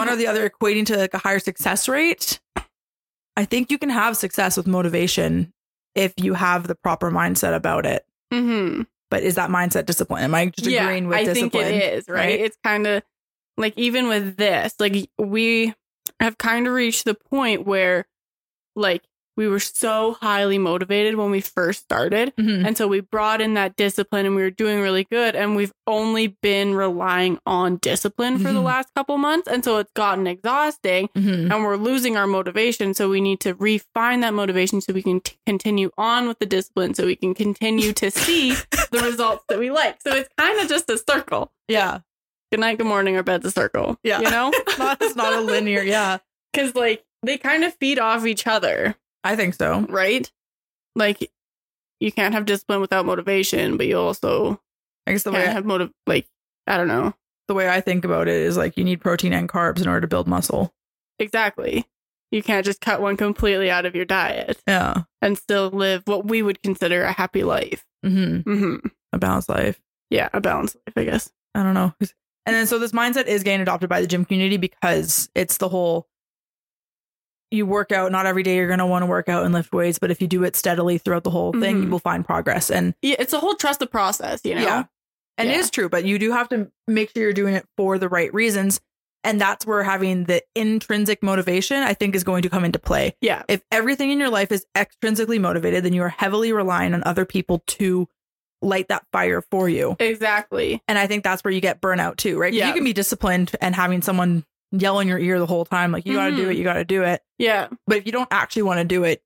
one or the other equating to like a higher success rate. I think you can have success with motivation if you have the proper mindset about it. hmm But is that mindset discipline? Am I just yeah, agreeing with I discipline? think it is, right? right? It's kind of like even with this, like we have kind of reached the point where like we were so highly motivated when we first started. Mhm. And so we brought in that discipline and we were doing really good. And we've only been relying on discipline for the Mhm. last couple months. And so it's gotten exhausting Mhm. and we're losing our motivation. So we need to refine that motivation so we can t- continue on with the discipline so we can continue to see [LAUGHS] the results that we like. So it's kind of just a circle. Yeah. Good night, good morning, or bed's a circle. Yeah. You know? It's [LAUGHS] not, it's not a [LAUGHS] linear. Yeah. Because like they kind of feed off each other I think so. right? Like you can't have discipline without motivation, but you also I guess the way can't have motive. Like I don't know the way I think about it is like you need protein and carbs in order to build muscle. exactly. You can't just cut one completely out of your diet Yeah. and still live what we would consider a happy life. Mm-hmm. hmm A balanced life. Yeah, a balanced life, I guess. I don't know. And then so this mindset is getting adopted by the gym community because it's the whole you work out, not every day you're going to want to work out and lift weights, but if you do it steadily throughout the whole thing, Mhm. you will find progress. And Yeah, it's a whole trust the process, you know. Yeah. and Yeah. it is true, but you do have to make sure you're doing it for the right reasons. And that's where having the intrinsic motivation, I think, is going to come into play. Yeah. if everything in your life is extrinsically motivated, then you are heavily relying on other people to light that fire for you. exactly. And I think that's where you get burnout too, right? 'Cause Yeah. You can be disciplined and having someone yell in your ear the whole time, like, you got to do Mhm. it, you got to do it. Yeah. But if you don't actually want to do it,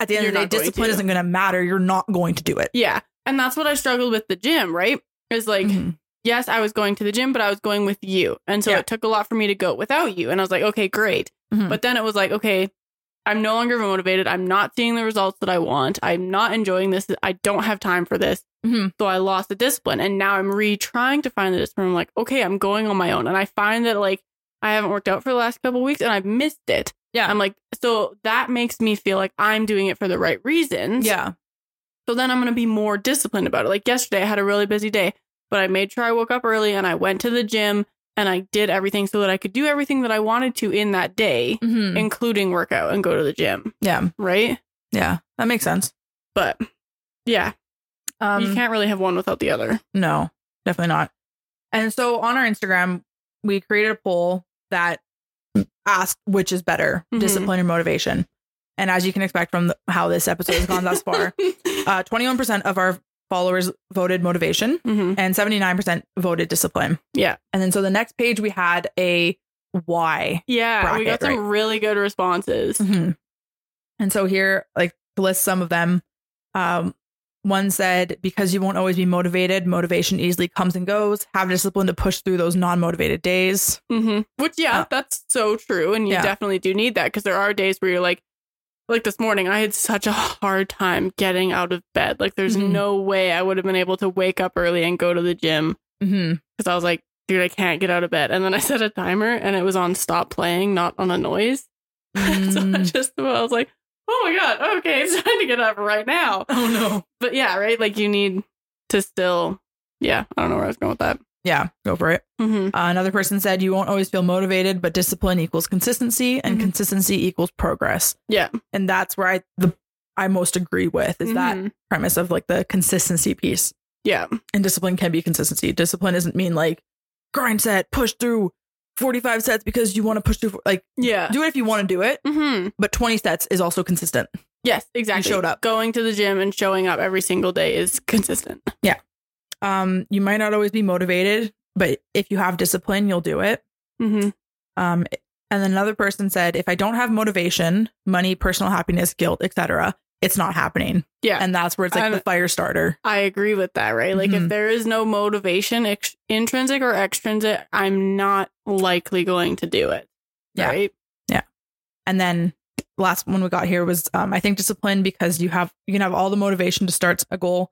at the end You're of the not day, going discipline to. isn't going to matter. You're not going to do it. Yeah. And that's what I struggled with the gym, right? Is like, Mhm. yes, I was going to the gym, but I was going with you. And so Yeah. it took a lot for me to go without you. And I was like, okay, great. Mhm. But then it was like, okay, I'm no longer motivated. I'm not seeing the results that I want. I'm not enjoying this. I don't have time for this. Mhm. So I lost the discipline. And now I'm re trying to find the discipline. I'm like, okay, I'm going on my own. And I find that like I haven't worked out for the last couple weeks and I've missed it. Yeah. I'm like, so that makes me feel like I'm doing it for the right reasons. yeah. So then I'm going to be more disciplined about it. Like yesterday, I had a really busy day, but I made sure I woke up early and I went to the gym and I did everything so that I could do everything that I wanted to in that day, Mhm. including workout and go to the gym. Yeah. Right. Yeah. That makes sense. But yeah, Um, you can't really have one without the other. No, definitely not. And so on our Instagram, we created a poll that asked which is better, Mhm. discipline or motivation. And as you can expect from the, how this episode has gone thus [LAUGHS] far, uh, 21% of our followers voted motivation hmm and 79% voted discipline. Yeah. And then so the next page, we had a why. Yeah. we got Bracket, some really good responses. Mhm. And so here, like to list some of them, um, one said, because you won't always be motivated, motivation easily comes and goes. Have discipline to push through those non motivated days. hmm Which, yeah, Uh, that's so true. And you yeah. definitely do need that because there are days where you're like, like this morning, I had such a hard time getting out of bed. Like, there's Mhm. no way I would have been able to wake up early and go to the gym Mm-hmm. because I was like, dude, I can't get out of bed. And then I [LAUGHS] set a timer and it was on stop playing, not on a noise. [LAUGHS] Mm, so I just, I was like, oh my God, okay, it's [LAUGHS] time to get up right now. Oh, no. But yeah, right? Like, you need to still, yeah, I don't know where I was going with that. Yeah, go for it. hmm Uh, another person said, you won't always feel motivated, but discipline equals consistency and Mhm. consistency equals progress. Yeah. And that's where I, the, I most agree with is that Mhm. premise of like the consistency piece. Yeah. and discipline can be consistency. Discipline doesn't mean like grind set, push through 45 sets because you want to push through. Like, Yeah. do it if you want to do it, hmm but 20 sets is also consistent. Yes, exactly. showed up. Going to the gym and showing up every single day is consistent. Um, you might not always be motivated, but if you have discipline, you'll do it. Mm-hmm. Um, and then another person said, if I don't have motivation, money, personal happiness, guilt, etc., it's not happening. Yeah. And that's where it's like And- the fire starter. I agree with that, right? Like, Mhm. if there is no motivation, ex- intrinsic or extrinsic, I'm not likely going to do it. Yeah. Right? And then last one we got here was um, I think discipline because you have you can have all the motivation to start a goal,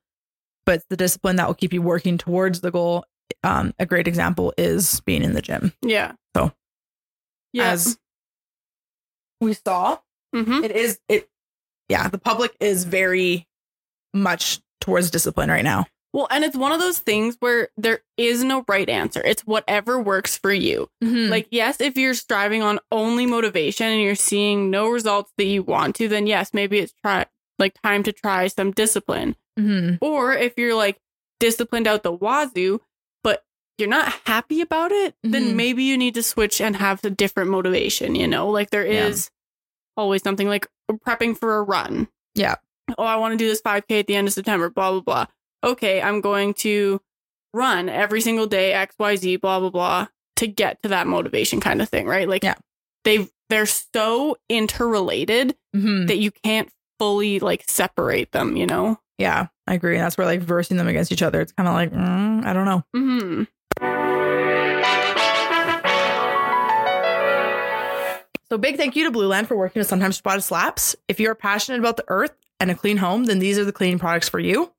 but it's the discipline that will keep you working towards the goal. Um, a great example is being in the gym. Yeah. So, yeah. As we saw, Mhm. it is it yeah, the public is very much towards discipline right now. Well, and it's one of those things where there is no right answer. It's whatever works for you. Like Like, yes, if you're striving on only motivation and you're seeing no results that you want to, then yes, maybe it's try like time to try some discipline. Or if you're like disciplined out the wazoo, but you're not happy about it, Mhm. then maybe you need to switch and have a different motivation, you know? Like there Yeah. is always something like prepping for a run. Yeah. Oh, I want to do this 5K at the end of September, blah, blah, blah. Okay, I'm going to run every single day, XYZ, blah, blah, blah, to get to that motivation kind of thing, right? Like Yeah. they they're so interrelated that Mm-hmm. you can't fully like separate them, you know? yeah, I agree. That's where like versing them against each other. It's kind of like mm, I don't know. hmm So big thank you to Blue Land for working with Sometimes Spotted Slaps. If you're passionate about the earth and a clean home, then these are the cleaning products for you.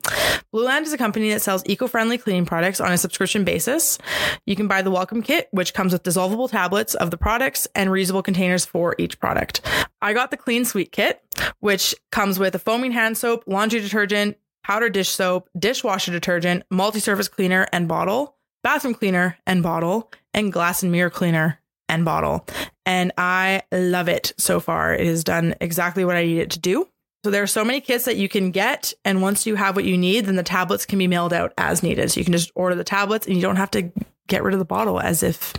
Blue Land is a company that sells eco-friendly cleaning products on a subscription basis. You can buy the welcome kit, which comes with dissolvable tablets of the products and reusable containers for each product. I got the Clean Sweet kit, which comes with a foaming hand soap, laundry detergent, powder dish soap, dishwasher detergent, multi-surface cleaner and bottle, bathroom cleaner and bottle, and glass and mirror cleaner and bottle and I love it so far. It has done exactly what I need it to do. So there are so many kits that you can get, and once you have what you need, then the tablets can be mailed out as needed. So you can just order the tablets, and you don't have to get rid of the bottle as if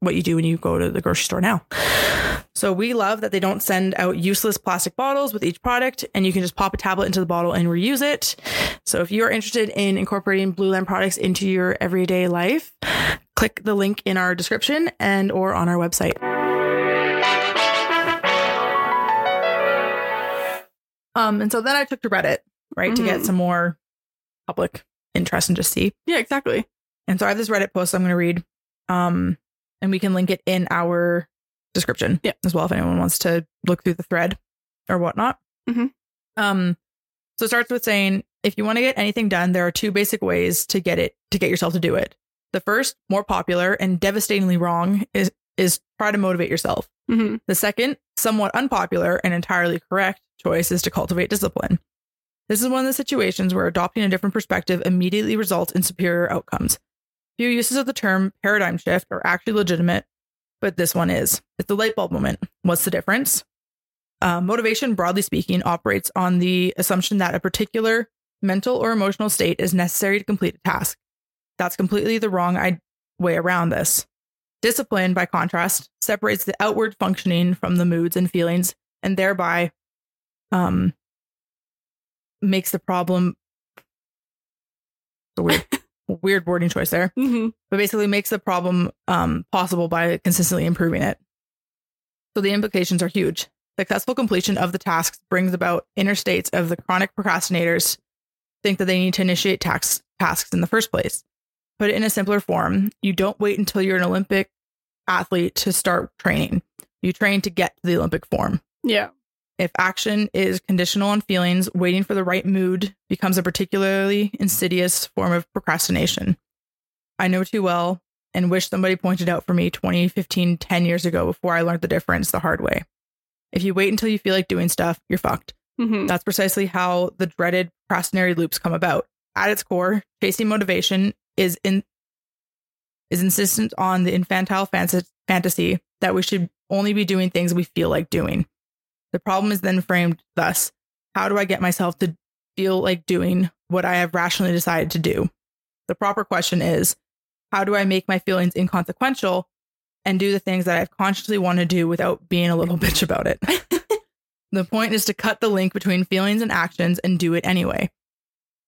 what you do when you go to the grocery store now. So we love that they don't send out useless plastic bottles with each product, and you can just pop a tablet into the bottle and reuse it. So if you are interested in incorporating Blue Land products into your everyday life, click the link in our description and or on our website. Um, and so then I took to Reddit, right, to Mhm. get some more public interest and just see. Yeah, exactly. And so I have this Reddit post I'm going to read, um, and we can link it in our description Yeah. as well if anyone wants to look through the thread or whatnot. Mhm. Um, so it starts with saying if you want to get anything done, there are two basic ways to get it to get yourself to do it. The first, more popular and devastatingly wrong, is is try to motivate yourself. hmm The second, somewhat unpopular and entirely correct choice is to cultivate discipline. This is one of the situations where adopting a different perspective immediately results in superior outcomes. Few uses of the term paradigm shift are actually legitimate, but this one is. It's the light bulb moment. What's the difference? Uh, motivation, broadly speaking, operates on the assumption that a particular mental or emotional state is necessary to complete a task. That's completely the wrong I- way around this. Discipline, by contrast, separates the outward functioning from the moods and feelings, and thereby um, makes the problem. It's a weird, weird wording choice there, hmm but basically makes the problem um, possible by consistently improving it. So the implications are huge. Successful completion of the tasks brings about inner states of the chronic procrastinators think that they need to initiate tax- tasks in the first place. Put it in a simpler form, you don't wait until you're an Olympic athlete to start training. You train to get to the Olympic form. Yeah. If action is conditional on feelings, waiting for the right mood becomes a particularly insidious form of procrastination. I know too well and wish somebody pointed out for me 2015, 10 years ago before I learned the difference the hard way. If you wait until you feel like doing stuff, you're fucked. hmm That's precisely how the dreaded procrastinatory loops come about. At its core, chasing motivation is in is insistent on the infantile fantas- fantasy that we should only be doing things we feel like doing. The problem is then framed thus: How do I get myself to feel like doing what I have rationally decided to do? The proper question is: How do I make my feelings inconsequential and do the things that I've consciously want to do without being a little [LAUGHS] bitch about it? The point is to cut the link between feelings and actions and do it anyway.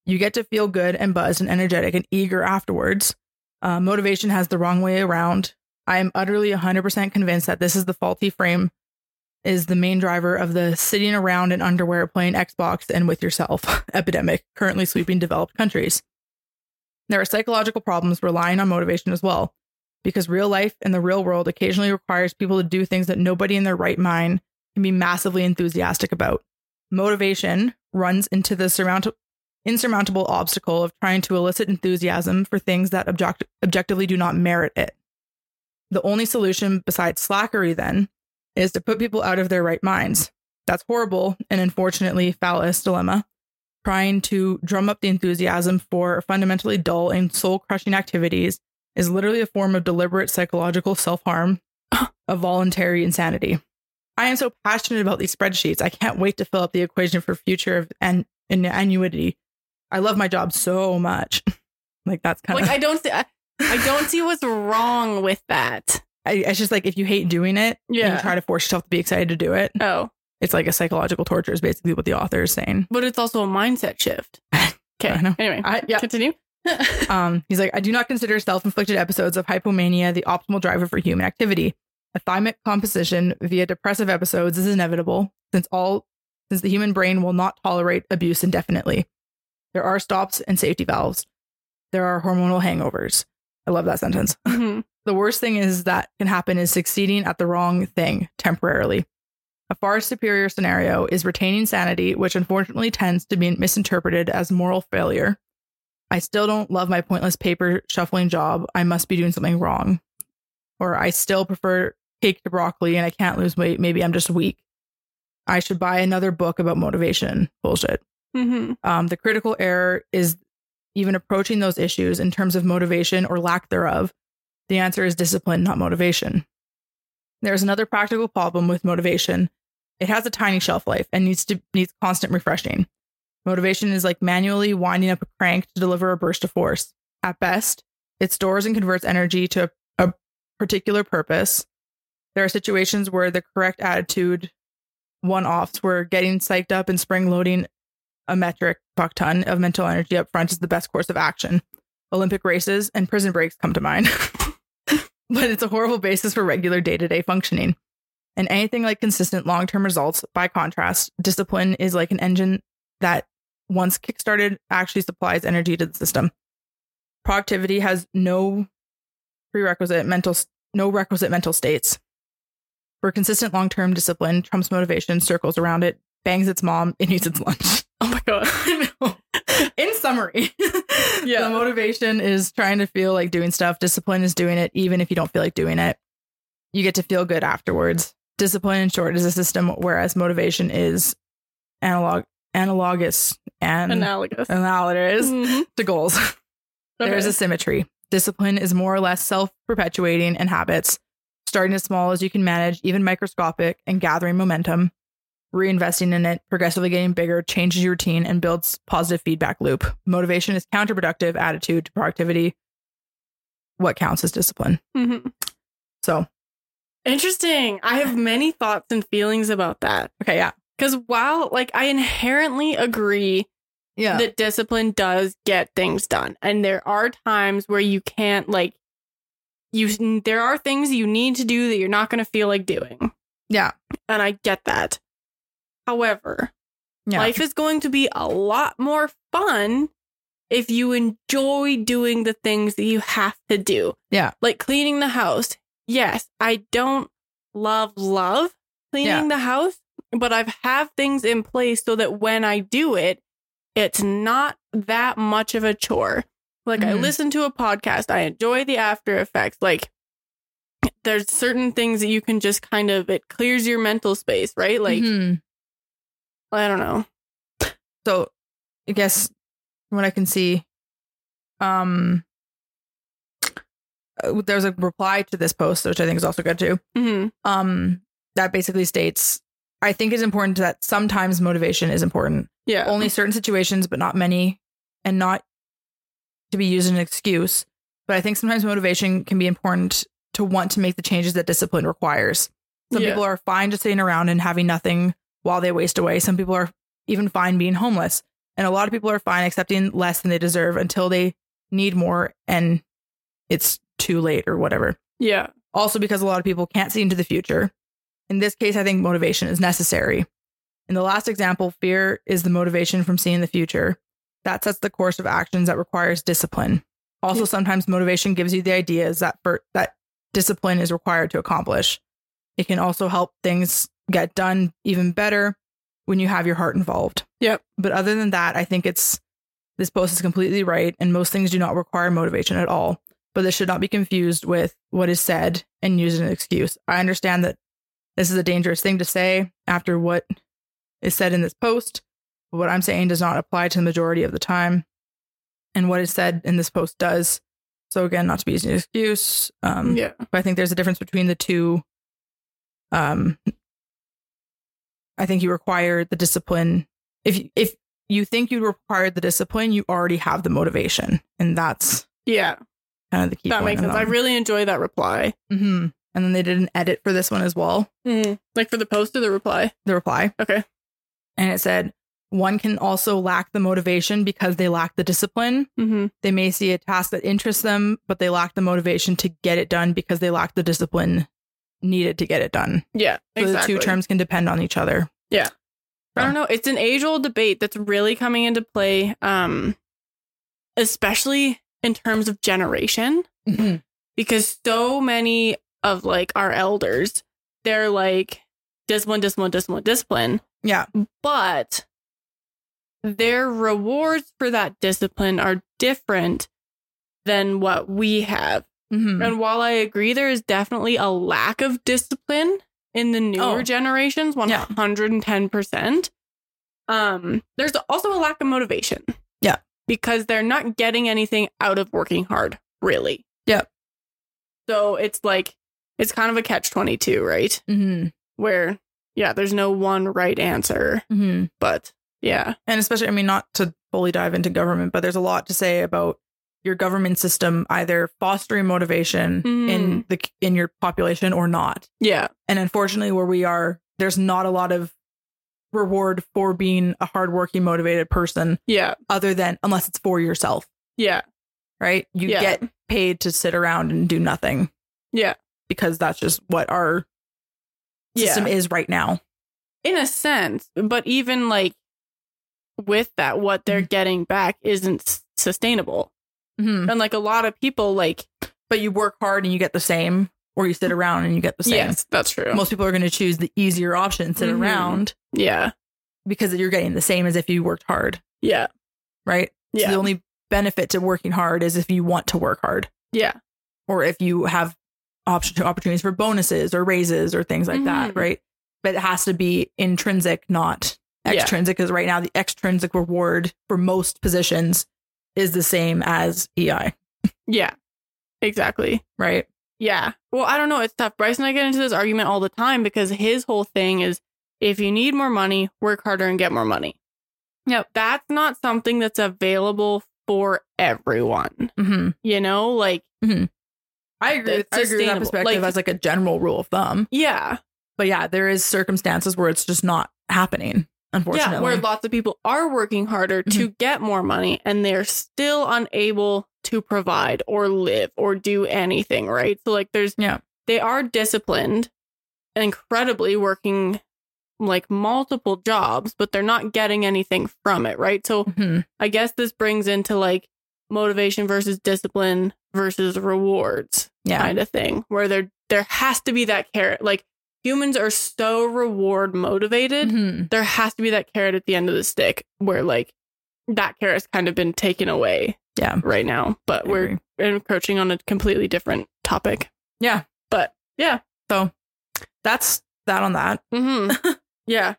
You get to feel good and buzzed and energetic and eager afterwards. Uh, motivation has the wrong way around. I am utterly 100% convinced that this is the faulty frame is the main driver of the sitting around in underwear playing Xbox and with yourself [LAUGHS] epidemic currently sweeping developed countries. There are psychological problems relying on motivation as well, because real life and the real world occasionally requires people to do things that nobody in their right mind can be massively enthusiastic about. Motivation runs into the surmount- insurmountable obstacle of trying to elicit enthusiasm for things that object- objectively do not merit it. The only solution besides slackery, then, is to put people out of their right minds. That's horrible and unfortunately phallus dilemma. Trying to drum up the enthusiasm for fundamentally dull and soul crushing activities is literally a form of deliberate psychological self harm, [GASPS] a voluntary insanity. I am so passionate about these spreadsheets. I can't wait to fill up the equation for future of and an annuity. I love my job so much. [LAUGHS] Like that's kind Like of I don't see. I, I don't see what's wrong with that. I, it's just like if you hate doing it, and Yeah. you try to force yourself to be excited to do it. Oh, It's like a psychological torture is basically what the author is saying. but it's also a mindset [LAUGHS] shift. Okay. I know. Anyway, I, yeah. [LAUGHS] continue. Um, he's like, I do not consider self-inflicted episodes of hypomania the optimal driver for human activity. A thymic composition via depressive episodes is inevitable, since all since the human brain will not tolerate abuse indefinitely. There are stops and safety valves. There are hormonal hangovers. I love that sentence. Mhm. The worst thing is that can happen is succeeding at the wrong thing temporarily. A far superior scenario is retaining sanity, which unfortunately tends to be misinterpreted as moral failure. I still don't love my pointless paper shuffling job. I must be doing something wrong. Or I still prefer cake to broccoli and I can't lose weight. Maybe I'm just weak. I should buy another book about motivation. Bullshit. Mhm. Um, the critical error is even approaching those issues in terms of motivation or lack thereof. The answer is discipline, not motivation. There's another practical problem with motivation. It has a tiny shelf life and needs to needs constant refreshing. Motivation is like manually winding up a crank to deliver a burst of force. At best, it stores and converts energy to a, a particular purpose. There are situations where the correct attitude one-offs where getting psyched up and spring loading a metric fuck ton of mental energy up front is the best course of action. Olympic races and prison breaks come to mind. [LAUGHS] but it's a horrible basis for regular day to day functioning. And anything like consistent long term results, by contrast, discipline is like an engine that, once kickstarted, actually supplies energy to the system. Productivity has no prerequisite mental, no requisite mental states. For consistent long term discipline, Trump's motivation circles around it, bangs its mom, and eats its lunch. Oh my [LAUGHS] god. I know. [LAUGHS] In summary, Yeah. the motivation is trying to feel like doing stuff. Discipline is doing it, even if you don't feel like doing it. You get to feel good afterwards. Discipline, in short, is a system, whereas motivation is analog, analogous, and Analogous. analogous Mhm. to goals. There's Okay. a symmetry. Discipline is more or less self perpetuating and habits, starting as small as you can manage, even microscopic, and gathering momentum, reinvesting in it, progressively getting bigger, changes your routine, and builds positive feedback loop. Motivation is counterproductive attitude to productivity. What counts is discipline. Mhm. So, Interesting. I have many thoughts and feelings about that. okay, yeah. Because while, like, I inherently agree Yeah. that discipline does get things done, and there are times where you can't, like, you there are things you need to do that you're not going to feel like doing. Yeah. And I get that. However, yeah. Life is going to be a lot more fun if you enjoy doing the things that you have to do. Yeah. Like cleaning the house. Yes, I don't love love cleaning Yeah. the house, but I've have things in place so that when I do it, it's not that much of a chore. Like I Mhm. listen to a podcast, I enjoy the after effects. Like there's certain things that you can just kind of it clears your mental space, right? Like Mhm. I don't know. so I guess from what I can see, um, uh, there's a reply to this post, which I think is also good too. Mhm. um, that basically states I think it's important that sometimes motivation is important. Yeah. Only certain situations, but not many, and not to be used as an excuse. But I think sometimes motivation can be important to want to make the changes that discipline requires. Some Yeah. people are fine just sitting around and having nothing while they waste away. Some people are even fine being homeless. And a lot of people are fine accepting less than they deserve until they need more and it's too late or whatever yeah. also because a lot of people can't see into the future. In this case, I think motivation is necessary. In the last example, fear is the motivation from seeing the future. That sets the course of actions that requires discipline. Also, Yeah. sometimes motivation gives you the ideas that for, that discipline is required to accomplish. It can also help things get done even better when you have your heart involved. Yep. But other than that, I think it's this post is completely right, and most things do not require motivation at all but this should not be confused with what is said and used as an excuse. I understand that this is a dangerous thing to say after what is said in this post, but what I'm saying does not apply to the majority of the time, and what is said in this post does. So again, not to be used as an excuse, um, yeah. but I think there's a difference between the two. Um, I think you require the discipline. If if you think you require the discipline, you already have the motivation, and that's Yeah. kind of the key. That point makes of sense. I really enjoy that reply. Mm-hmm. And then they did an edit for this one as well, Like for the post or the reply. the reply. Okay. And it said, one can also lack the motivation because they lack the discipline. Mm-hmm. They may see a task that interests them, but they lack the motivation to get it done because they lack the discipline needed to get it done. Yeah. So exactly. the two terms can depend on each other. I don't know. It's an age old debate that's really coming into play, um, especially in terms of generation, Mm-hmm. because so many of like our elders, they're like discipline, discipline, discipline, discipline. Yeah. but their rewards for that discipline are different than what we have. Mhm. And while I agree there is definitely a lack of discipline in the newer Oh. generations, Yeah. 110%, um there's also a lack of motivation. Yeah. Because they're not getting anything out of working hard, really. Yep. So it's like it's kind of a catch 22, right? Mhm. Mm-hmm. Where yeah, there's no one right answer, Mhm. but yeah. and especially i mean not to fully dive into government but there's a lot to say about your government system either fostering motivation Mm. in the in your population or not Yeah. and unfortunately where we are there's not a lot of reward for being a hardworking motivated person Yeah. other than unless it's for yourself Yeah. right you Yeah. get paid to sit around and do nothing Yeah. Because that's just what our system is right now. in a sense but even like with that what Mm-hmm. they're getting back isn't s- sustainable Mhm. and like a lot of people like But you work hard and you get the same, or you sit around and you get the same. yes that's true Most people are going to choose the easier option, sit Mhm. around, yeah because you're getting the same as if you worked hard, yeah right? So yeah the only benefit to working hard is if you want to work hard yeah or if you have option opportunities for bonuses or raises or things like that, Mhm. right? But it has to be intrinsic, not Yeah. extrinsic, because right now the extrinsic reward for most positions is the same as EI, yeah exactly right? Yeah. Well, I don't know. It's tough. Bryce and I get into this argument all the time because his whole thing is if you need more money, work harder and get more money. Now, that's not something that's available for everyone. Mm-hmm. You know, like, I agree. With, That's I agree with that sustainable. perspective Like- as like a general rule of thumb. yeah. But yeah, there is circumstances where it's just not happening, unfortunately. Mm-hmm. Yeah. Where lots of people are working harder to get more money and they're still unable to provide or live or do anything. Right. So, like, there's, Yeah. they are disciplined, incredibly working like multiple jobs, but they're not getting anything from it, right? So Mhm. I guess this brings into like motivation versus discipline versus rewards Yeah. kind of thing, where there there has to be that carrot. Like humans are so reward motivated, Mhm. there has to be that carrot at the end of the stick, where like that carrot's kind of been taken away Yeah. right now, but I we're agree. encroaching on a completely different topic. Yeah. but yeah. That's that on that. [LAUGHS] hmm yeah.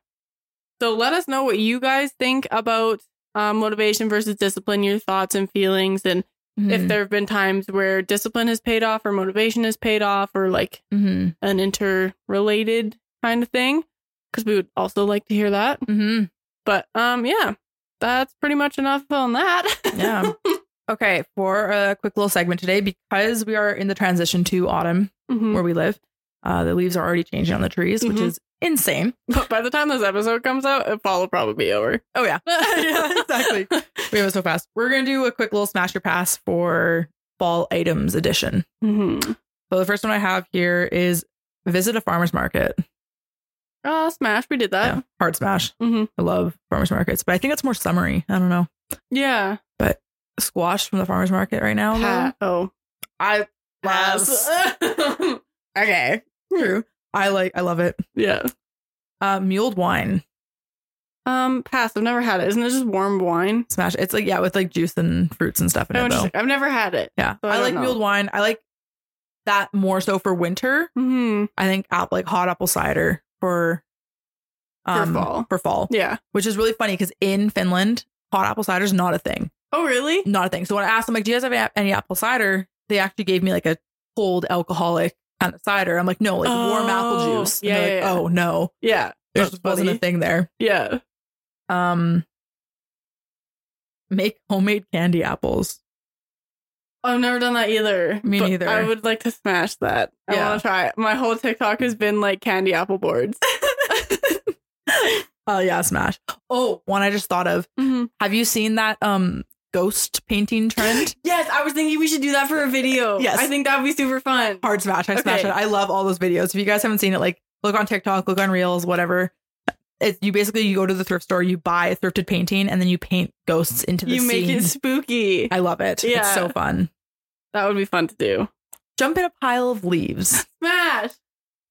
So let us know what you guys think about um, motivation versus discipline, your thoughts and feelings, and Hmm. if there have been times where discipline has paid off or motivation has paid off or like Mhm. an interrelated kind of thing. Because we would also like to hear that. Mhm. But um, yeah, that's pretty much enough on that. [LAUGHS] Yeah. Okay, for a quick little segment today, because we are in the transition to autumn Mhm. where we live, uh, the leaves are already changing on the trees, which Mhm. is insane. But by the time this episode comes out, fall will probably be [LAUGHS] over. Oh yeah, [LAUGHS] yeah, [LAUGHS] exactly. We went so fast. We're gonna do a quick little smash your pass for fall items edition. hmm So the first one I have here is visit a farmer's market. Oh, smash! We did Yeah, that. hard smash. Yeah. hmm I love farmers markets, but I think it's more summery. I don't know. yeah. Squash from the farmers market right now. Pa- oh. I [LAUGHS] Pass. okay. True. I like. I love it. yeah. Uh, muled wine Um, pass. I've never had it. Isn't it just warm wine? smash. It's like yeah, with like juice and fruits and stuff in Oh, it though. interesting. I've never had it. Yeah, So I I, don't like know. mulled wine. I like that more so for winter. hmm I think app like hot apple cider for um, fall. for fall, Yeah. which is really funny because in Finland, hot apple cider is not a thing, Oh, really? not a thing. So when I asked them like, "Do you guys have a- any apple cider?" They actually gave me like a cold alcoholic kind of cider. I'm like, "No, like warm apple Oh, juice." And yeah, they're yeah, like, yeah. Oh no, Yeah. there That's just wasn't a funny. thing there. Yeah. Um, make homemade candy apples. [LAUGHS] I've never done that either. Me but neither. I would like to smash that. I Yeah. want to try it. My whole TikTok has been like candy apple [LAUGHS] boards. Oh yeah, smash. Oh, one I just thought of. Mm-hmm. Have you seen that um ghost painting trend? Yes, I was thinking we should do that for a video. Yes. I think that would be super fun. Hard smash. I smash Okay. it. I love all those videos. If you guys haven't seen it, like look on TikTok, look on Reels, whatever. It, you basically you go to the thrift store, you buy a thrifted painting, and then you paint ghosts into the You make scene. it spooky. I love it. It's Yeah. so fun. That would be fun to do. Jump in a pile of [LAUGHS] leaves. Smash.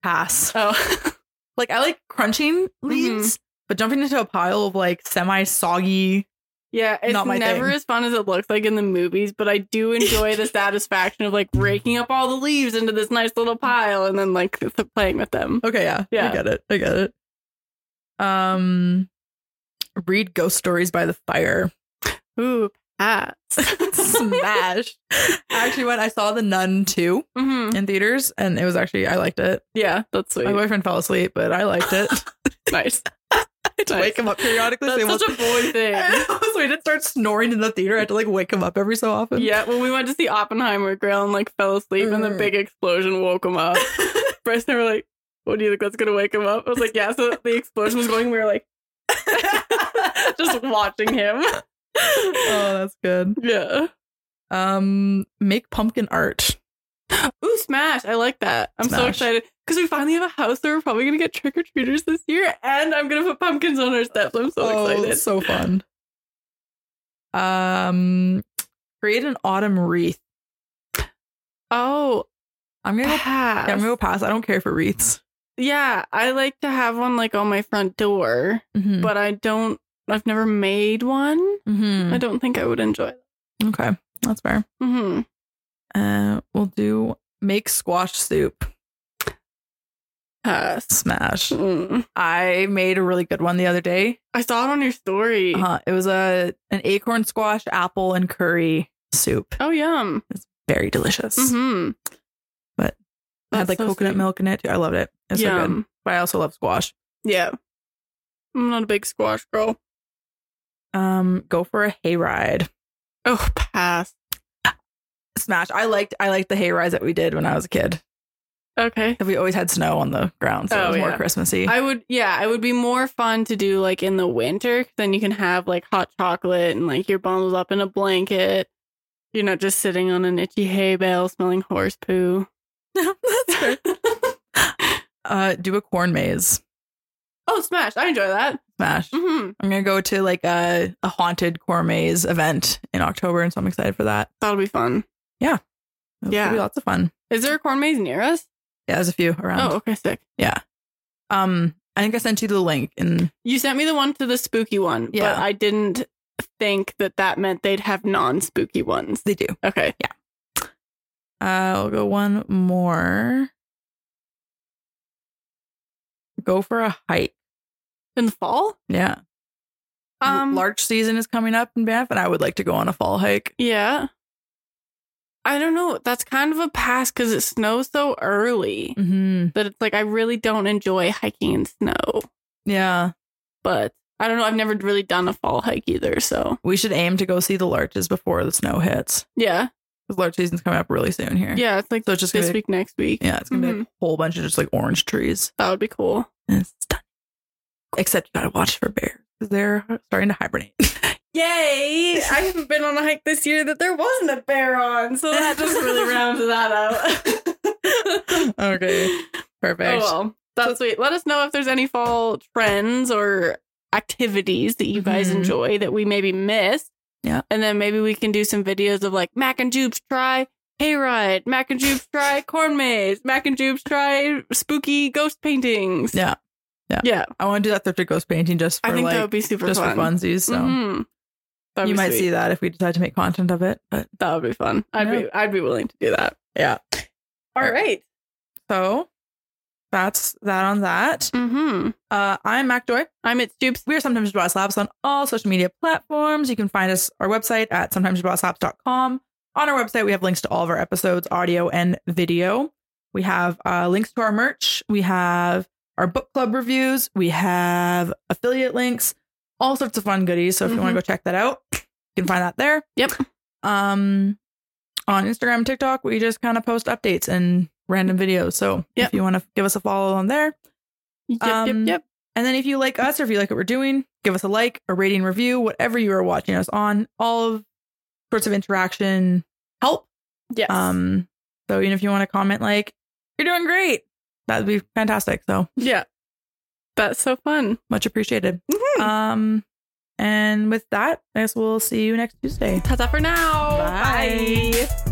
Pass. Oh. [LAUGHS] Like I like crunching leaves, Mm-hmm. but jumping into a pile of like semi soggy Yeah, it's Not my never thing. as fun as it looks like in the movies, but I do enjoy [LAUGHS] the satisfaction of like raking up all the leaves into this nice little pile and then like th- playing with them. Okay, yeah. Yeah. I get it. I get it. Um read ghost stories by the [LAUGHS] fire. Ooh, hats. [LAUGHS] Smash. I actually went I saw the nun too hmm in theaters and it was actually I liked it. Yeah, that's sweet. My boyfriend fell asleep, but [LAUGHS] I liked it. nice. [LAUGHS] I'd Nice. wake him up periodically. That's so he such a wasn't- [LAUGHS] boy thing. so he didn't start snoring in the theater. I had to like wake him up every so often. Yeah, when we went to see Oppenheimer, Graham like fell asleep and the Mm. big explosion woke [LAUGHS] him up. Bryce and I were like, "What do you think that's gonna wake him up?" I was like, "Yeah." So the explosion was going. We were like, [LAUGHS] just watching him. [LAUGHS] Oh, that's good. Yeah. Um make pumpkin art. Ooh, smash! I like that. I'm so Smash. excited because we finally have a house that we're probably gonna get trick or treaters this year, and I'm gonna put pumpkins on our steps. I'm so excited. it's Oh, so fun. Um, create an autumn wreath. oh, I'm gonna. Go, yeah, pass. I'm gonna go pass. I don't care for wreaths. Yeah, I like to have one like on my front door, Mhm. but I don't. I've never made one. Mhm. I don't think I would enjoy it. Okay, that's fair. hmm Uh, we'll do make squash soup. Pass. Smash. Mm. I made a really good one the other day. I saw it on your story. Uh, it was a an acorn squash, apple, and curry soup. Oh, yum. Very delicious. Mm-hmm. But It had like coconut milk in it. too. I loved it. It's so good. Yum. But I also love squash. Yeah. I'm not a big squash girl. Um, go for a hayride. Oh, pass. Smash. I liked I liked the hayrides that we did when I was a kid. Okay. 'Cause We always had snow on the ground, so it Oh, was more yeah. Christmassy. [LAUGHS] I would, yeah, it would be more fun to do like in the winter. 'cause Then you can have like hot chocolate and like you're bundled up in a blanket. You're not just sitting on an itchy hay bale smelling horse poo. [LAUGHS] That's fair. uh, do a corn maze. [LAUGHS] Oh, smash. I enjoy that. Smash. hmm I'm gonna go to like a, a haunted corn maze event in October, and so I'm excited for that. That'll be fun. It'll Yeah. be lots of fun. Is there a corn maze near us? Yeah, there's a few around. Oh, okay, sick. Um, I think I sent you the link, and You sent me the one to the spooky one, Yeah. but I didn't think that that meant they'd have non spooky ones. they do. Okay. Uh, I'll go one more. Go for a hike. In the fall? Yeah, Um, larch season is coming up in Banff, and I would like to go on a fall hike. Yeah. I don't know. That's kind of a pass because it snows so early Mm-hmm. that it's like I really don't enjoy hiking in snow. Yeah, But I don't know. I've never really done a fall hike either. So we should aim to go see the larches before the snow hits. yeah, 'Cause larch season's coming up really soon here. yeah. Mm-hmm. It's like so it's just gonna this be- week, next week. yeah, it's gonna be like a whole bunch of just like orange trees. That would be cool. And it's done. Except you gotta watch for bears because they're starting to hibernate. Yay! I haven't been on a hike this year that there wasn't a bear on, so that just [LAUGHS] really rounds that out. [LAUGHS] [LAUGHS] okay, perfect. Oh well, that's sweet. Let us know if there's any fall trends or activities that you guys Mhm. enjoy that we maybe missed. Yeah. and then maybe we can do some videos of like mac and jupes try hayride, mac and jupes [LAUGHS] try corn maze, mac and jupes try spooky ghost paintings. Yeah. Yeah. yeah. I want to do that thrifted ghost painting just for I think like that would be super just fun. for funsies. So Mhm. That'd you be might sweet. see that if we decide to make content of it. But That would be fun. I'd Yeah. be I'd be willing to do that. Yeah. All right. so that's that on that. Mm-hmm. Uh, I'm MacJoy. I'm at Stoops. We are Sometimes Boss Labs on all social media platforms. You can find us our website at sometimesbosslabs.com. On our website, we have links to all of our episodes, audio and video. We have uh, links to our merch. We have our book club reviews. We have affiliate links, all sorts of fun goodies. So if you want to go check that out, you can find that there. Mm-hmm. Yep. Um, on Instagram and TikTok, we just kind of post updates and random videos. So Yep. if you want to give us a follow on there, Yep, Um, yep, and then if you like us or if you like what we're doing, give us a like, a rating, review, whatever you are watching us on. All of sorts of interaction help. yep. Yes. Um, so even if you want to comment like, you're doing great, that'd be fantastic. So yeah. That's so fun. much appreciated. Mhm. Um, and with that, I guess we'll see you next Tuesday. Ta-ta for now. Bye. Bye.